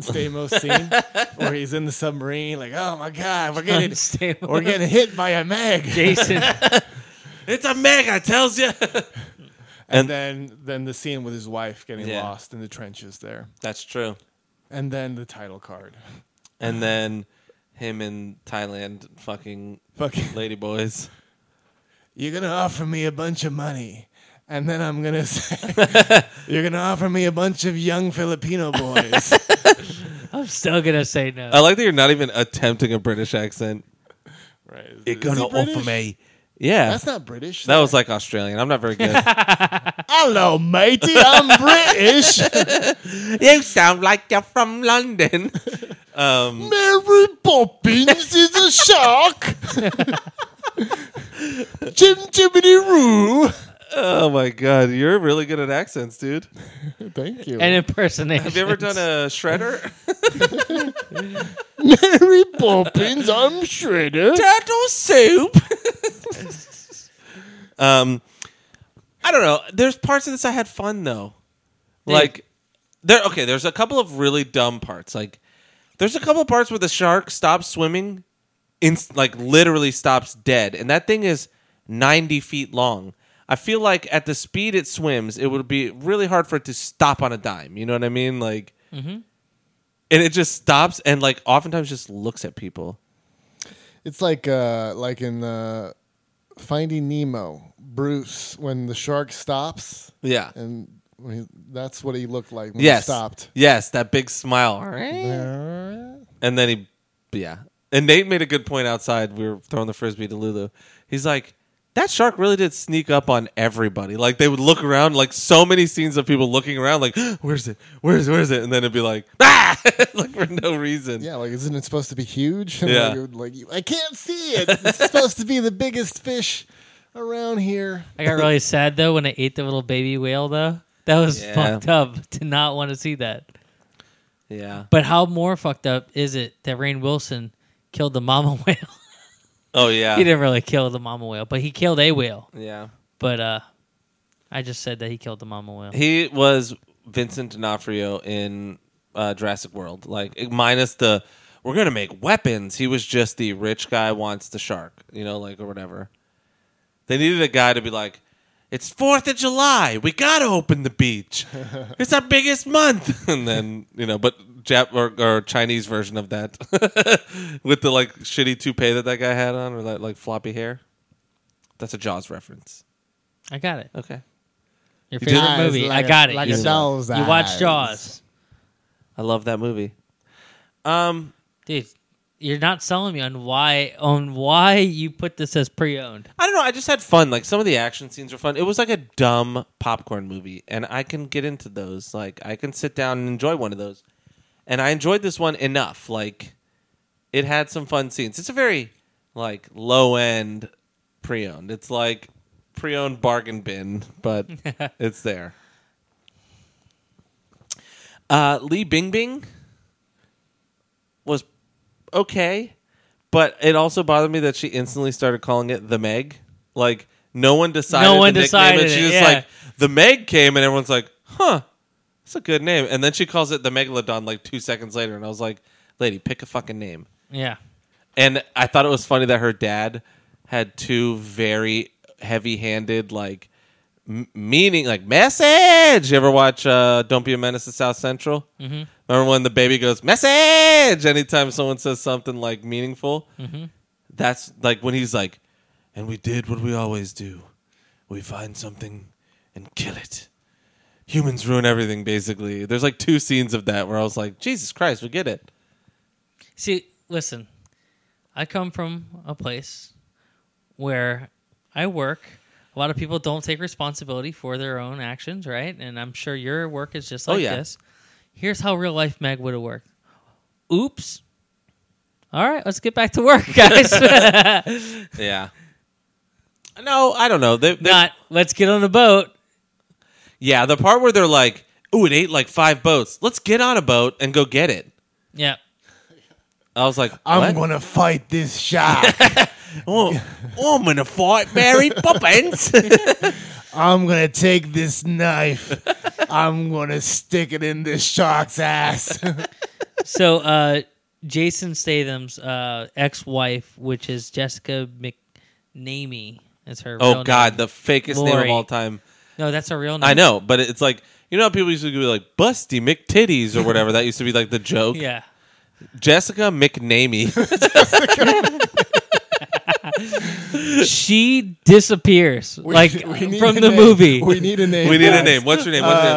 [LAUGHS]
Stamos scene where he's in the submarine, like, oh my God, we're getting,
Stamos.
we're getting hit by
[LAUGHS]
a Meg.
Jason.
It's a Meg, I tells [LAUGHS] you.
And then, then the scene with his wife getting
Yeah.
lost in the trenches there.
That's true.
And then the title card. [LAUGHS]
And then him in Thailand fucking
Fucking,
lady boys.
you're going to offer me a bunch of money. And then I'm going to [LAUGHS] say,
[LAUGHS]
you're going to offer me a bunch of young
[LAUGHS]
Filipino boys.
I'm still gonna say no.
I like that you're not even attempting a British accent.
right.
offer me. Yeah.
That's not British.
that was like Australian. I'm not very good.
hello, matey. I'm British.
[LAUGHS] you sound like you're from London.
Mary Poppins is a shark. Jim Jiminy Roo.
[LAUGHS] oh my god, you're really good at accents, dude.
Thank you.
and impersonation.
Have you ever done a shredder?
Mary Poppins, I'm Shredder.
Turtle soup. [LAUGHS] um I don't know. There's parts of this I had fun though. Like there okay, there's a couple of really dumb parts. Like there's a couple of parts where the shark stops swimming in like literally stops dead and that thing is 90 feet long i feel like at the speed it swims it would be really hard for it to stop on a dime you know what i mean like and it just stops and like oftentimes just looks at people
It's like uh, like in uh, Finding Nemo, Bruce when the shark stops,
yeah
and when he, that's what he looked like when
yes
he stopped.
yes that big smile and then he yeah and nate made a good point outside we were throwing the frisbee to lulu he's like that shark really did sneak up on everybody like they would look around like so many scenes of people looking around like [GASPS] where's it where's where's it and then it'd be like [LAUGHS] ah! like for no reason
Yeah, like isn't it supposed to be huge? [LAUGHS] And
Yeah.
like, like, I can't see it. It's supposed to be the biggest fish around here.
I got really sad though when I ate the little baby whale though. That was
Yeah.
fucked up to not want to see that.
yeah
But how more fucked up is it that Rain Wilson killed the mama [LAUGHS] whale?
oh yeah
he didn't really kill the mama whale, but he killed a whale.
yeah
But uh I just said that he killed the mama whale.
He was Vincent D'Onofrio in uh, Jurassic World, like minus the we're gonna make weapons. He was just the rich guy wants the shark, you know, like or whatever. They needed a guy to be like, it's Fourth of July, we gotta open the [LAUGHS] beach. It's our biggest month, [LAUGHS] and then you know, but Jap or, or Chinese version of that [LAUGHS] with the like shitty toupee that that guy had on, or that like floppy hair. That's a Jaws reference.
I got it.
Okay,
Your
did?
favorite
Eyes
movie.
like
I
a-
got it.
like
you
a
said.
doll's
You watched
eyes.
Jaws.
I love that movie. Um.
Dude, you're not selling me on why on why you put this as pre owned.
I don't know. I just had fun. Like some of the action scenes were fun. It was like a dumb popcorn movie, and I can get into those. Like I can sit down and enjoy one of those. And I enjoyed this one enough. Like it had some fun scenes. It's a very like low end pre owned. It's like pre owned bargain bin,
[LAUGHS]
but it's there. Uh, Lee Bing Bing was okay, but it also bothered me that she instantly started calling it the Meg. Like no one decided.
No one
the nickname,
decided
And she
it,
just
yeah.
like the Meg came, and everyone's like, "Huh, that's a good name." And then she calls it the Megalodon like two seconds later, and I was like, "Lady, pick a fucking name."
Yeah.
And I thought it was funny that her dad had two very heavy handed, like m- meaning like message. You ever watch uh, "Don't Be a Menace to South Central"? Mm-hmm. Remember when the baby goes message anytime someone says something like meaningful? Mm-hmm. That's like when he's like, "And we did what we always do: we find something and kill it." Humans ruin everything. Basically, there's like two scenes of that where I was like, "Jesus Christ, we get it."
See, listen, I come from a place where I work. A lot of people don't take responsibility for their own actions, right? And I'm sure your work is just
Oh,
like
yeah.
this. Here's how real life Meg would have worked. Oops. All right, let's get back to work,
[LAUGHS]
[LAUGHS] guys.
Yeah. No, I don't know. They, they,
Not let's get on a boat.
Yeah, the part where they're like, "Ooh, it ate like five boats. Let's get on a boat and go get it."
Yeah.
I was like,
I'm
"What?
gonna fight this shark. [LAUGHS]
Oh, I'm gonna fight Mary Poppins." Oh,
I'm gonna take this knife. I'm gonna stick it in this shark's ass.
So uh Jason Statham's uh ex-wife, which is Jessica McNamee, is her real
oh
name.
God, the fakest name of
Lori.
all time.
No, that's her real name.
I know, but it's like you know how people used to be like Busty McTitties or whatever. That used to be like the joke.
[LAUGHS] Yeah.
Jessica McNamee. [LAUGHS]
she disappears
[LAUGHS]
like
[LAUGHS] We need
from
a
the
name.
movie.
We need a [LAUGHS] name.
we need a
guys.
name. What's your name? What's your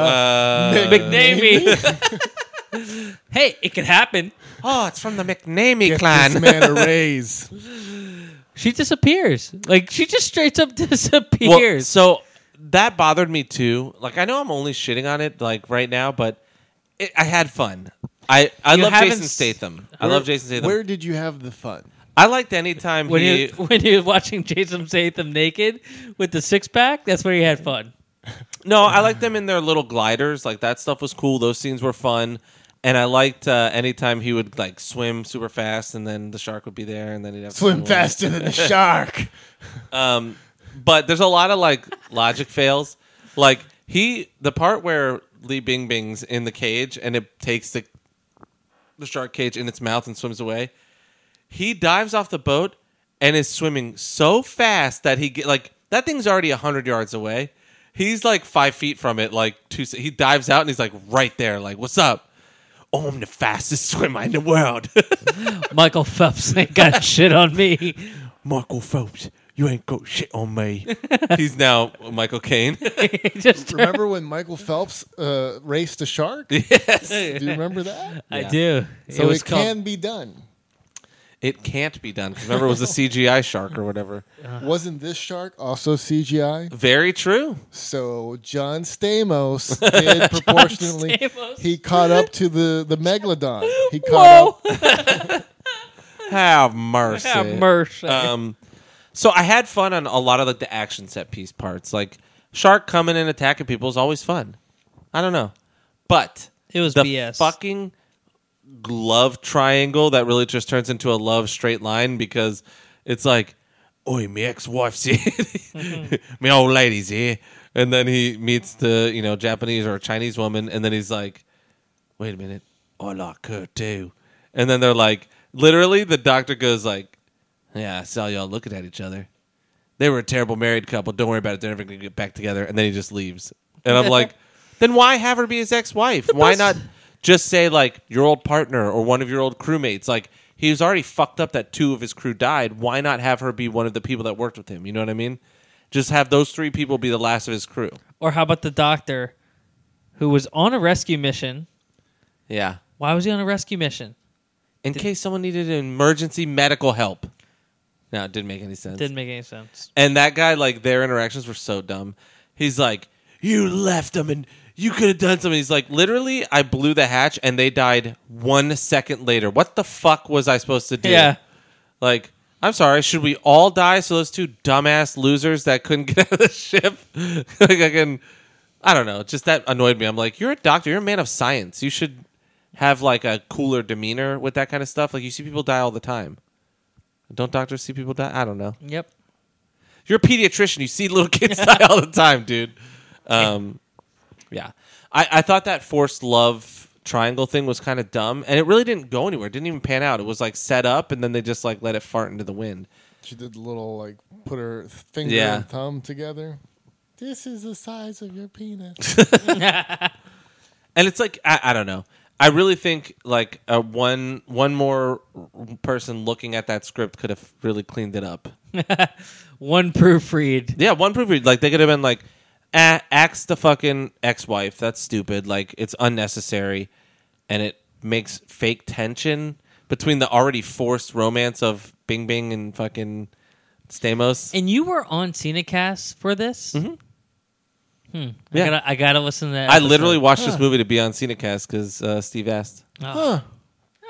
name? Uh, [LAUGHS]
McNamee. hey, it could happen.
oh, it's from the McNamee
Get
clan.
this man a raise.
She disappears. Like she just straight up [LAUGHS]
Well,
disappears.
so that bothered me too. Like I know I'm only shitting on it like right now, but it, I had fun. I I
You
love
haven't
Jason
s-
Statham. I love Jason Statham.
Where did you have the fun?
I liked any time
when
he.
you when you're watching Jason Statham naked with the six pack, that's where you had fun.
No, I liked them in their little gliders. Like that stuff was cool. Those scenes were fun. And I liked uh, anytime he would like swim super fast, and then the shark would be there, and then he'd have to
Swim
away.
faster than [LAUGHS] a shark.
Um, but there's a lot of like logic fails. Like he, the part where Lee Bing Bing's in the cage and it takes the the shark cage in its mouth and swims away. He dives off the boat and is swimming so fast that he get like that thing's already hundred yards away. He's like five feet from it, like two. se- He dives out and he's like right there, like "What's up?" Oh, I'm the fastest swimmer in the world. [LAUGHS]
Michael Phelps
[LAUGHS]
ain't got shit on me. [LAUGHS]
Michael Phelps, you ain't got shit on me. [LAUGHS] He's now Michael Caine. [LAUGHS]
just [LAUGHS]
Remember when Michael Phelps uh, raced a shark? Do you remember that?
I do.
So
it
it,
was called
can be done.
It can't be done. 'Cause Remember, it was a CGI shark or whatever.
Wasn't this shark also CGI?
Very true.
So John Stamos did proportionally.
Stamos.
He caught up to the the megalodon. He caught
Whoa.
up.
[LAUGHS]
Have mercy.
Have mercy.
Um, so I had fun on a lot of like the action set piece parts. Like shark coming and attacking people is always fun. I don't know, but
it was
the
BS.
fucking love triangle that really just turns into a love straight line because it's like, oi, my ex-wife's here, [LAUGHS] my old lady's here, and then he meets the you know Japanese or Chinese woman, and then he's like, wait a minute, I like her too, and then they're like, literally, the doctor goes like, yeah, I saw y'all looking at each other. They were a terrible married couple. Don't worry about it. They're never going to get back together. And then he just leaves. And I'm like, then why have her be his ex wife? Why not just say, like, your old partner or one of your old crewmates? Like, he was already fucked up that two of his crew died. Why not have her be one of the people that worked with him? You know what I mean? Just have those three people be the last of his crew.
Or how about the doctor who was on a rescue mission?
Yeah.
Why was he on a rescue mission?
In case someone needed emergency medical help. No, it didn't make any sense.
Didn't make any sense.
And that guy, like, their interactions were so dumb. He's like, You left them and you could have done something. He's like, Literally, I blew the hatch and they died one second later. What the fuck was I supposed to do?
Yeah.
Like, I'm sorry, should we all die so those two dumbass losers that couldn't [LAUGHS] get out of the ship? like, I can, I don't know. Just that annoyed me. I'm like, You're a doctor, you're a man of science. You should have, like, a cooler demeanor with that kind of stuff. Like, you see people die all the time. Don't doctors see people die? I don't know.
Yep.
You're a pediatrician. You see little kids die all the time, dude. Um, yeah, I, I thought that forced love triangle thing was kind of dumb, and it really didn't go anywhere. It didn't even pan out. It was like set up, and then they just like let it fart into the wind.
She did a little like put her finger
Yeah.
and thumb together. This is the size of your penis.
[LAUGHS] and it's like I, I don't know. I really think like uh, one one more person looking at that script could have really cleaned it up.
One proofread.
Yeah, one proofread. Like they could have been like, ah, axe the fucking ex-wife. That's stupid. Like it's unnecessary, and it makes fake tension between the already forced romance of Bing Bing and fucking Stamos.
And you were on Cinecast for this? Mm-hmm. Hmm.
Yeah.
I, gotta, I gotta listen to that.
I
episode.
literally watched this movie to be on Cinecast because uh, Steve asked.
Huh.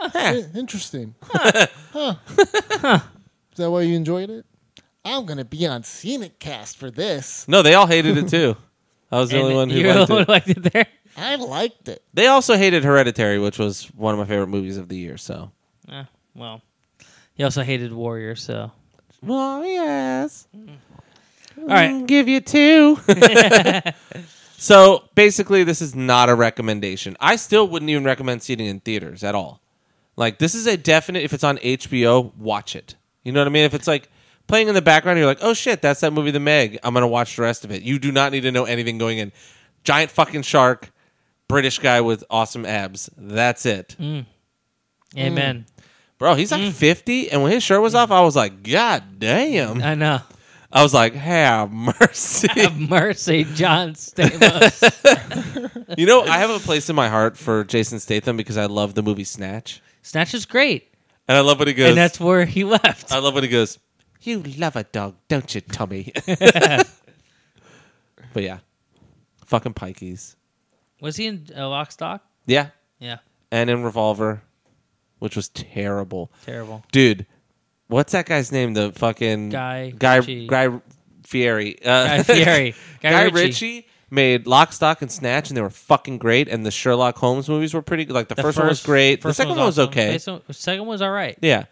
I- Interesting. Oh, [LAUGHS] Huh. Is that why you enjoyed it? I'm gonna be on Scenic Cast for this.
No, they all hated
[LAUGHS]
it too. I was the
And
only one who
you're
liked
the one
it.
who liked it there?
I liked it.
They also hated Hereditary, which was one of my favorite movies of the year. So,
Eh, well, he also hated Warrior, so.
well, yes,
All
Mm.
right.
Mm, give you
[LAUGHS]
two. so basically, this is not a recommendation. I still wouldn't even recommend seeing it in theaters at all. Like, this is a definite. If it's on HBO, watch it. You know what I mean? If it's like playing in the background, you're like, oh shit, that's that movie, The Meg. I'm gonna watch the rest of it. You do not need to know anything going in. Giant fucking shark, British guy with awesome abs. That's it.
Mm. Amen.
Bro, he's
Mm.
like 50, and when his shirt was off, I was like, God damn.
I know. [LAUGHS]
I was like, have mercy.
Have mercy, John
[LAUGHS]
Stamos.
you know, I have a place in my heart for Jason Statham because I love the movie Snatch.
Snatch is great.
And I love what he goes.
And that's where he left.
I love what he goes. You love a dog, don't you,
[LAUGHS]
Tommy? but yeah, fucking Pikeys.
Was he in uh, Lock Stock?
Yeah.
Yeah.
And in Revolver, which was terrible.
Terrible.
Dude, what's that guy's name? The fucking
Guy
guy,
Ritchie.
guy Fieri. Uh,
Guy Fieri. [LAUGHS] Guy,
[LAUGHS] Guy
Ritchie.
Ritchie. made Lock, Stock, and Snatch, and they were fucking great. And the Sherlock Holmes movies were pretty good. Like the, first, one was great. The
first
second one was,
awesome.
okay.
This one- The second one was all right.
Yeah,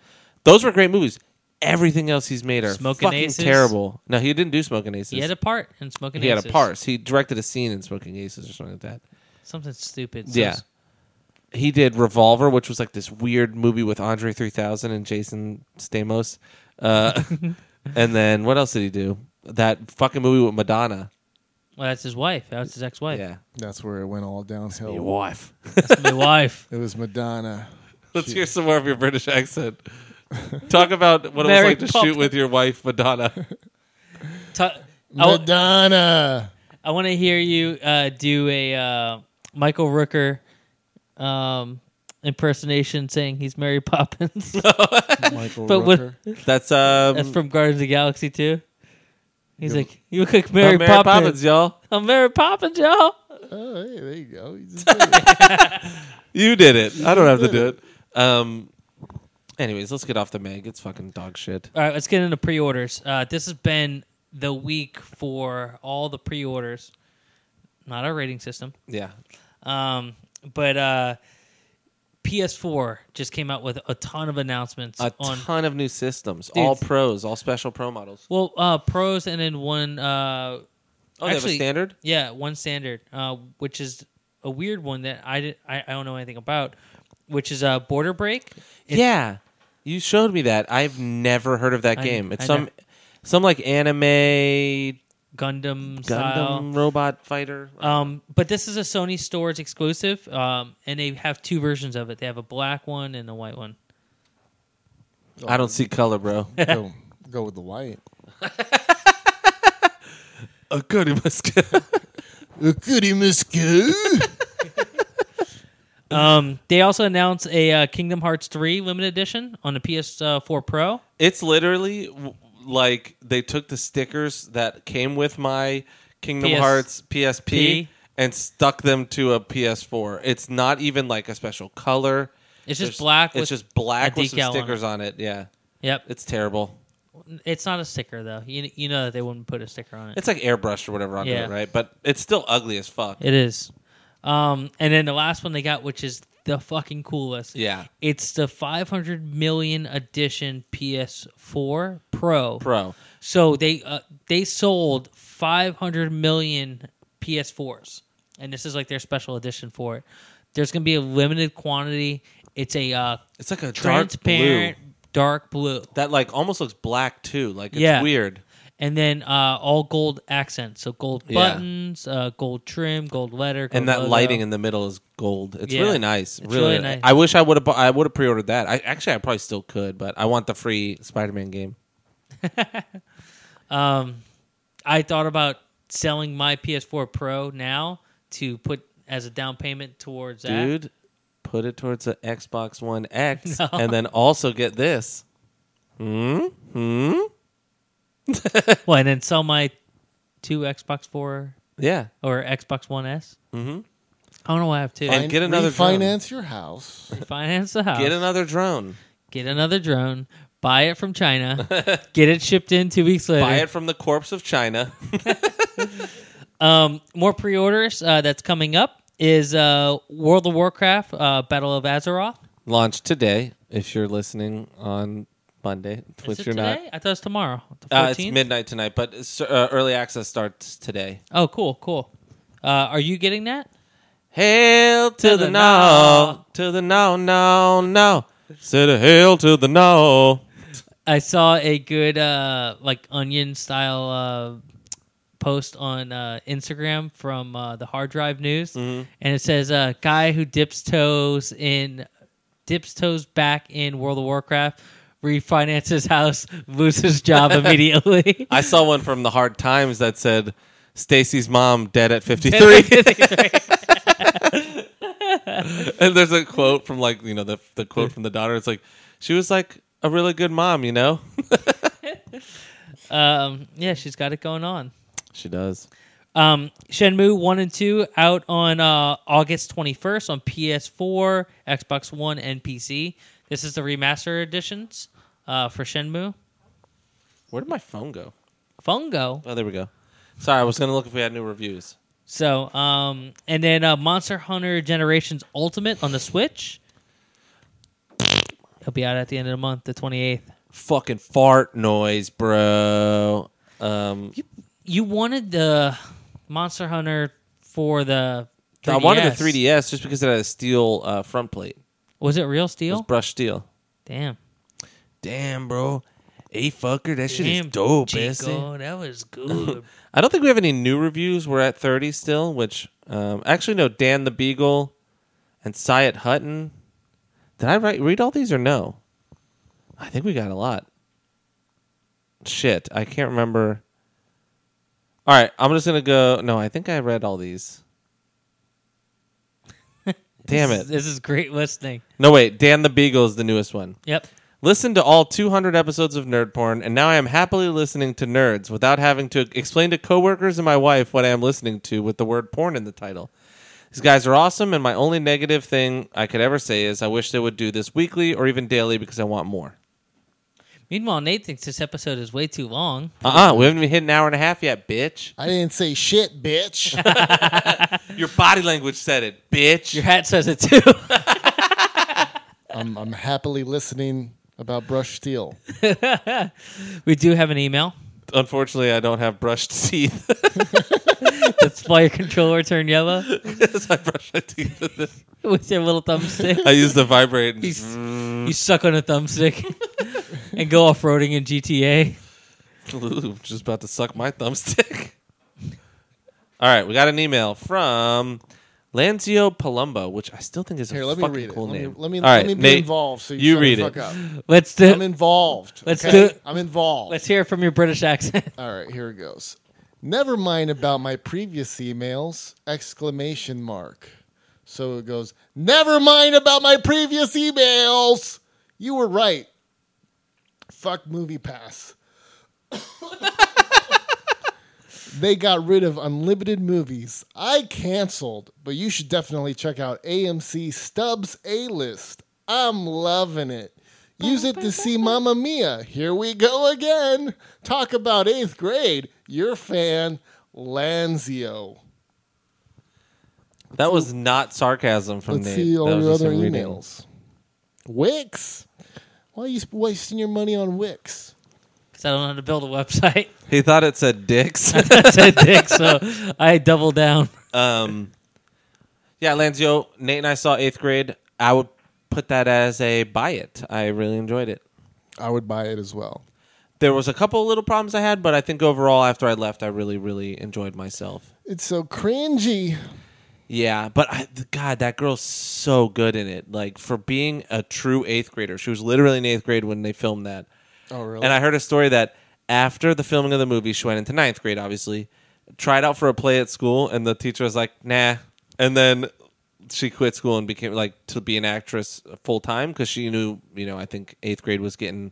those were great movies. Everything else he's made are
Smoking
fucking
Aces.
terrible. No, he didn't do Smoking Aces.
He had a part in Smoking
He had a
Aces.
parse. He directed a scene in Smoking Aces or something like that.
Something stupid.
yeah. He did Revolver, which was like this weird movie with Andre 3000 and Jason Stamos.
[LAUGHS]
Uh, and then what else did he do? That fucking movie with Madonna.
Well, that's his wife. That was his ex-wife.
Yeah.
That's where it went all downhill.
wife.
That's
[LAUGHS]
my wife.
It was Madonna.
Let's hear some more of your British accent. Talk about what
Mary
it was like
Poppins.
to shoot with your wife, Madonna.
Ta- I
Oh.
w-
Madonna.
I want to hear you uh, do a uh, Michael Rooker um, impersonation saying he's Mary Poppins,
Michael
[LAUGHS] but with-
Rooker.
That's um,
that's from Guardians of the Galaxy too. He's
You're-
like, you look like
Mary,
Mary,
Poppins.
Poppins.
y'all.
I'm Mary Poppins, y'all.
Oh, hey, there you go. You
[LAUGHS]
just did it.
You did it. I don't have to do it. Um, anyways, let's get off the Meg. It's fucking dog shit.
All right, let's get into pre-orders. Uh, this has been the week for all the pre-orders. Not our rating system.
Yeah.
Um, but uh, PS4 just came out with a ton of announcements
A
on
ton of new systems.
Dude.
All pros, all special pro models.
well uh, pros and then one uh,
Oh, they have
Actually-
a standard?
yeah one standard uh, which is a weird one that I, did, I I don't know anything about which is a uh, border break. It's-
yeah. You showed me that. I've never heard of that
I-
game. It's
I
some
know.
some like anime
Gundam style.
Gundam robot fighter.
Um, but this is a Sony stores exclusive, um, and they have two versions of it. They have a black one and a white one. Oh.
I don't see color, bro.
go, go with the white.
A goody [LAUGHS] must
Goody Miss Goo.
Um, they also announced a uh, Kingdom Hearts 3 limited edition on the PS4 Pro.
It's literally w- like they took the stickers that came with my Kingdom
PS
Hearts PSP
P.
and stuck them to a PS4. It's not even like a special color.
It's just
There's-
black
It's
with
just black
a
with some
decal on it.
stickers on it. Yeah,
Yep,
it's terrible.
it's not a sticker though. You you know that they wouldn't put a sticker on it.
It's like airbrushed or whatever onto
Yeah.
it, right? But it's still ugly as fuck.
It is. Um, and then the last one they got, which is the fucking coolest.
Yeah,
It's the 500 million edition PS4 Pro.
pro.
So they uh, they sold 500 million PS4s, and this is like their special edition for it. There's gonna be a limited quantity. It's a uh,
It's like a dark blue
transparent dark blue.
that like almost looks black too. Like it's
Yeah.
weird.
and then uh, all gold accents. So gold
Yeah.
buttons, uh, gold trim, gold letter, gold
and that
logo.
lighting in the middle is gold. It's
Yeah.
really nice.
It's
really,
really nice.
I wish I would have. bu- I would have pre-ordered that. I actually, I probably still could, but I want the free Spider-Man game.
Um, I thought about selling my PS4 Pro now to put as a down payment towards that.
Dude, put it towards the Xbox One X,
[LAUGHS] No.
and then also get this. Hmm. Hmm.
Well, and then sell my two Xbox Four
Yeah.
or Xbox One S. Mm-hmm. I don't know why I have two.
And get another
finance your house.
[LAUGHS] Finance the house.
drone. Get another drone.
get another drone, buy it
[LAUGHS]
from China, get it shipped in two weeks later.
Buy it from the corpse of China. [LAUGHS]
Um, more pre-orders uh, that's coming up is uh, World of Warcraft uh, Battle of Azeroth.
Launch today if you're listening on Monday,
Is
which
it
you're
today?
not.
I thought it's tomorrow. The
Uh, it's
14th?
midnight tonight, but it's, uh, early access starts today.
oh, cool, cool. Uh, are you getting that?
Hail to,
To
the,
the
no,
no.
to the no, no, no. Said a hail to the no.
I saw a good uh, like onion style uh, post on uh, Instagram from uh, the Hard Drive News, and it says uh, guy who dips toes in dips toes back in World of Warcraft refinances house loses job immediately.
I saw one from the Hard Times that said Stacy's mom dead at 53.
Three.
and there's a quote from like, you know, the the quote from the daughter. It's like she was like a really good mom, you know?
[LAUGHS] um, yeah, she's got it going on.
[LAUGHS] She does.
Um, Shenmue 1 and 2 out on uh, August 21st on PS4, Xbox One, and PC. This is the remaster editions uh, for Shenmue.
Where did my phone go?
Fungo.
Oh, there we go. Sorry, I was going to look if we had new reviews.
So, um, and then uh, Monster Hunter Generations Ultimate on the Switch. It'll be out at the end of the month, the 28th.
Fucking fart noise, bro. Um,
You wanted the Monster Hunter for the. 3DS.
I wanted the 3DS just because it had a steel uh, front plate.
Was it real
It was
steel?
brushed steel.
Damn.
Damn, bro. A fucker, that shit
Damn,
is dope,
Chico,
Bessie.
that
[LAUGHS]
was good.
I don't think we have any new reviews. We're at 30 still, which um, actually no, Dan the Beagle and Syed Hutton. Did I write read all these or no? I think we got a lot. Shit, I can't remember. All right, I'm just going to go No, I think I read all
[LAUGHS]
these. Damn
This is-
it.
This is great listening.
No wait, Dan the Beagle is the newest one.
Yep.
Listen to all 200 episodes of nerd porn, and now I am happily listening to nerds without having to explain to coworkers and my wife what I am listening to with the word porn in the title. These guys are awesome, and my only negative thing I could ever say is I wish they would do this weekly or even daily because I want more.
Meanwhile, Nate thinks this episode is way too long.
Uh uh we haven't even hit an hour and a half yet, bitch.
I didn't say shit, bitch. [LAUGHS]
Your body language said it, bitch.
Your hat says it too. [LAUGHS]
I'm, I'm happily listening about brush steel.
we do have an email.
Unfortunately, I don't have brushed [LAUGHS] teeth.
That's why your controller turned yellow
I brush my teeth. with this.
with your little thumbstick.
I use the vibrate. and
You, s- you suck on a thumbstick [LAUGHS] and go off roading in GTA.
Ooh, just about to suck my thumbstick. [LAUGHS] All right, we got an email from Lancio Palumbo, which I still think is a
Here, let me
fucking
read it.
cool
let,
name.
Me, let me
All right,
let me be
Nate,
involved. So you,
you
shut the
read
fuck
it.
up.
Let's
I'm
do.
involved.
Let's
okay?
do it.
I'm involved.
Let's hear it from your British accent. [LAUGHS]
All right, here it goes. Never mind about my previous emails! Exclamation mark. So it goes. Never mind about my previous emails. You were right. Fuck movie pass. they got rid of unlimited movies. I canceled, but you should definitely check out AMC Stubbs A List. I'm loving it. Use it to see Mamma Mia. Here we go again. Talk about eighth grade. Your fan, Lanzio.
That was not sarcasm from
Let's
Nate.
see
That
all
was
your
just
other
him reading.
emails. Wix. Why are you sp- wasting your money on Wix?
Because I don't know how to build a website. [LAUGHS]
He thought it said
[LAUGHS]
dicks.
That's a dick, so I double down.
um, yeah, Lanzio, Nate and I saw eighth grade. I would put that as a buy it. I really enjoyed it.
I would buy it as well.
There was a couple of little problems I had, but I think overall after I left, I really, really enjoyed myself.
It's so cringy.
Yeah, but I, God, that girl's so good in it. Like for being a true eighth grader, she was literally in eighth grade when they filmed that.
Oh, really?
And I heard a story that after the filming of the movie, she went into ninth grade, obviously, tried out for a play at school, and the teacher was like, nah. And then she quit school and became like to be an actress full time because she knew, you know, I think eighth grade was getting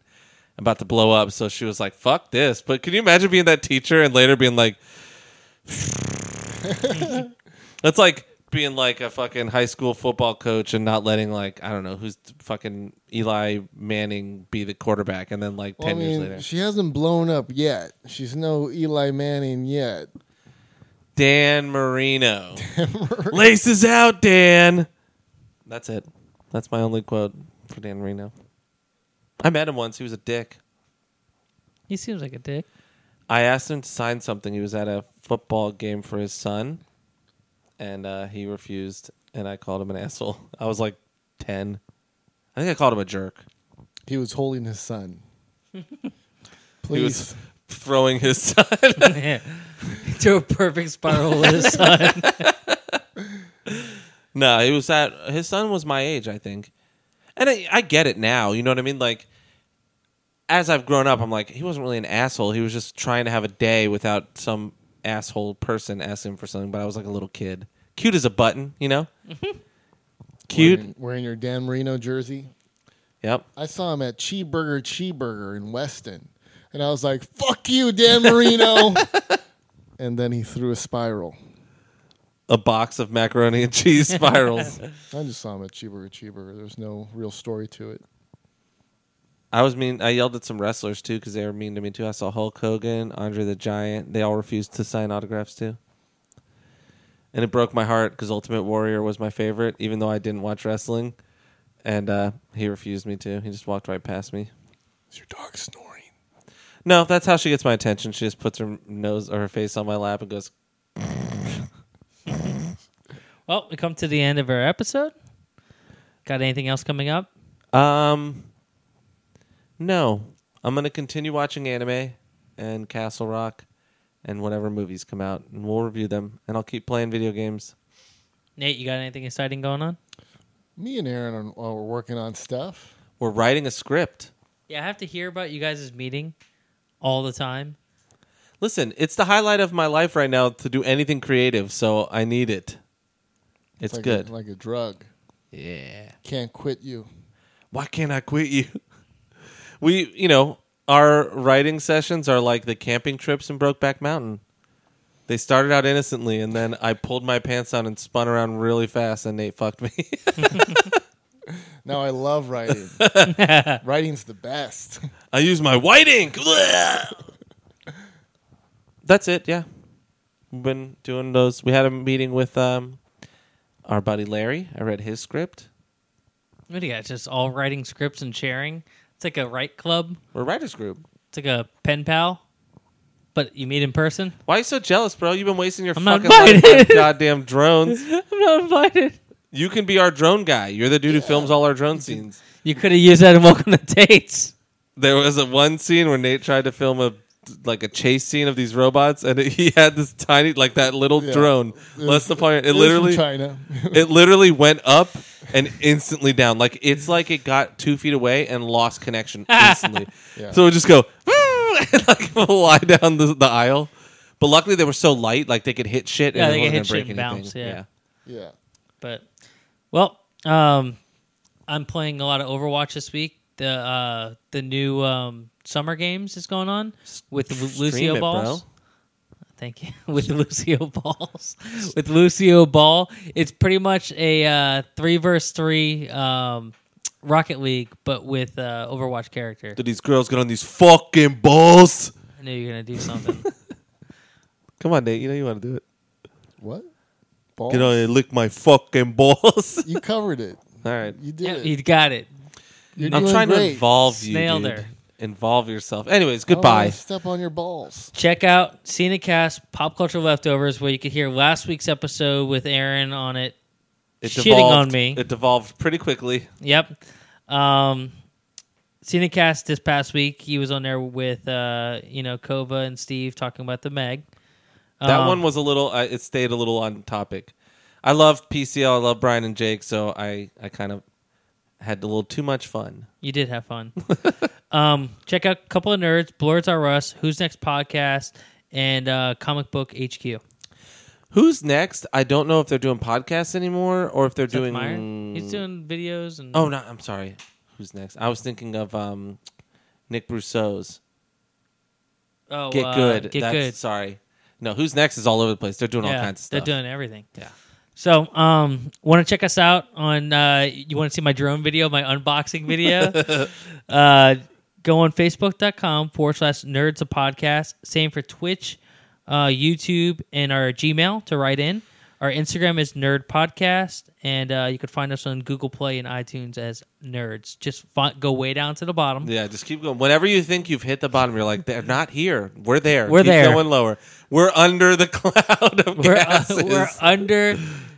about to blow up. So she was like, fuck this. But can you imagine being that teacher and later being like, that's like being like a fucking high school football coach and not letting like I don't know who's fucking Eli Manning be the quarterback, and then like
Well, I
ten years
mean,
later,
she hasn't blown up yet. She's no Eli Manning yet. [LAUGHS]
Dan Marino laces out Dan. That's it. That's my only quote for Dan Marino. I met him once. He was a dick.
He seems like a dick. [LAUGHS]
[LAUGHS] I asked him to sign something. He was at a football game for his son, and uh, he refused. And I called him an asshole. I was like ten. I think I called him a jerk.
He was holding his
[LAUGHS]
son. Please.
He was throwing his son. [LAUGHS]
Yeah. to a perfect spiral with his son.
no, he was at his son was my age, I think, and I, I get it now. You know what I mean? Like, as I've grown up, I'm like, he wasn't really an asshole. He was just trying to have a day without some asshole person asking him for something. But I was like a little kid, cute as a button, you know. Cute.
Wearing, wearing your Dan Marino jersey.
Yep.
I saw him at Cheeseburger Cheeseburger in Weston, and I was like, "Fuck you, Dan
[LAUGHS]
Marino!" and then he threw a spiral.
A box of macaroni and cheese spirals.
I just saw him at Cheeseburger Cheeseburger. There's no real story to it.
I was mean. I yelled at some wrestlers too because they were mean to me too. I saw Hulk Hogan, Andre the Giant. They all refused to sign autographs too, and it broke my heart because Ultimate Warrior was my favorite, even though I didn't watch wrestling, and uh, he refused me to. He just walked right past me.
Is your dog snoring?
No, that's how she gets my attention. She just puts her nose or her face on my lap and goes,
Well, we come to the end of our episode. Got anything else coming up?
"Um, no, I'm gonna continue watching anime and Castle Rock." And whatever movies come out, and we'll review them. And I'll keep playing video games.
Nate, you got anything exciting going on?
Me and Aaron are, are working on stuff.
We're writing a script.
Yeah, I have to hear about you guys' meeting all the time.
Listen, it's the highlight of my life right now to do anything creative, so I need it. It's
like
good.
a, like a drug.
yeah.
Can't quit you.
Why can't I quit you? [LAUGHS] We, you know, our writing sessions are like the camping trips in Brokeback Mountain. They started out innocently, and then I pulled my pants down and spun around really fast, and Nate fucked me. [LAUGHS]
Now I love writing. Writing's the best.
I use my white ink. That's it. Yeah, we've been doing those. We had a meeting with um, our buddy Larry. I read his script.
What do you got? Just all writing scripts and sharing. It's like a write club.
We're a writers group.
It's like a pen pal, but you meet in person.
Why are you so jealous, bro? You've been wasting your
I'm not
fucking life on
[LAUGHS] invited.
goddamn drones.
[LAUGHS] I'm not invited.
You can be our drone guy. You're the dude who films all our drone scenes.
You could have used that in Welcome to Dates.
There was a one scene where Nate tried to film a like a chase scene of these robots, and he [LAUGHS] had this tiny like that little
Yeah.
drone. Less
was-
than fire. It
was from
literally
China. [LAUGHS]
it literally went up and instantly down. Like it's like it got two feet away and lost connection
[LAUGHS]
instantly.
Yeah.
So it would just go [LAUGHS] and like [LAUGHS] fly down the, the aisle. But luckily they were so light, like they could hit shit and
Yeah,
it
they could
wasn't
hit
gonna
shit
break
and
anything.
bounce, yeah.
yeah.
But well, um, I'm playing a lot of Overwatch this week. The uh, the new um, summer games is going on with Lu-
Stream
Lucio
it,
balls.
bro.
Thank you. [LAUGHS] With Lucio balls, [LAUGHS] with Lucio ball, it's pretty much a uh, three verse three um, Rocket League, but with uh, Overwatch character.
Did these girls get on these fucking balls?
I knew you were gonna
[LAUGHS]
do something.
Come on, Nate. You know you want to do it.
What? Balls?
Get on and lick my fucking balls. [LAUGHS]
You covered it.
All right.
You did
yeah,
it.
you got it.
You're
I'm
doing
trying to
great.
involve you.
Snailed
dude.
her. Oh,
Involve yourself.
I
Anyways,
don't wanna
goodbye.
Step on your balls.
Check out Cinecast Pop Culture Leftovers, where you could hear last week's episode with Aaron on it.
It
Shitting
devolved-
on me.
It devolved pretty quickly.
Yep. Um, Cinecast this past week, he was on there with uh, you know Kova and Steve talking about the Meg.
That
Um,
one was a little. Uh, it stayed a little on topic. I love PCL. I love Brian and Jake. So I, I kind of had a little too much fun.
You did
[LAUGHS]
have fun. um, check out a couple of nerds, Blurs Are Us, Who's Next podcast, and uh, Comic Book HQ.
Who's next? I don't know if they're doing podcasts anymore or if they're
Seth
doing.
Meyers. He's doing videos and
Oh no! I'm sorry. Who's next? I was thinking of um, Nick Brousseau's
oh,
Get
uh,
Good.
Get
That's,
good.
Sorry. No, who's next is all over the place. They're doing all
Yeah,
kinds of stuff.
They're doing everything.
Yeah.
So, um, want to check us out on? Uh, you want to see my drone video, my unboxing
[LAUGHS]
video? uh, go on facebook.com forward slash nerds a podcast. Same for Twitch, uh, YouTube, and our Gmail to write in. Our Instagram is nerd podcast, and uh, you can find us on Google Play and iTunes as nerds. Just fi- go way down to the bottom.
[LAUGHS] Yeah, just keep going. Whenever you think you've hit the bottom, you're like, they're not here. We're there.
We're
keep
there.
Going lower. We're under the [LAUGHS] cloud of
We're, uh,
gases.
we're under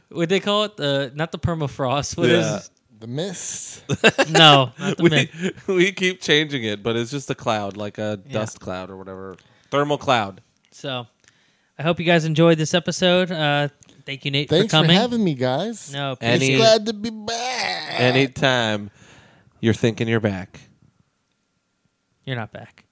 what they call it the not the permafrost. What is
Yeah.
The
[LAUGHS]
mist.
no? Not the myth.
we, [LAUGHS] we keep changing it, but it's just a cloud, like a dust cloud or whatever, thermal cloud.
So I hope you guys enjoyed this episode. Uh, thank you, Nate,
Thanks
for
for,
coming.
having me, guys.
no,
And
It's
he-
appreciate it.
glad to be back.
Eh.
Anytime you're thinking you're back.
you're not back.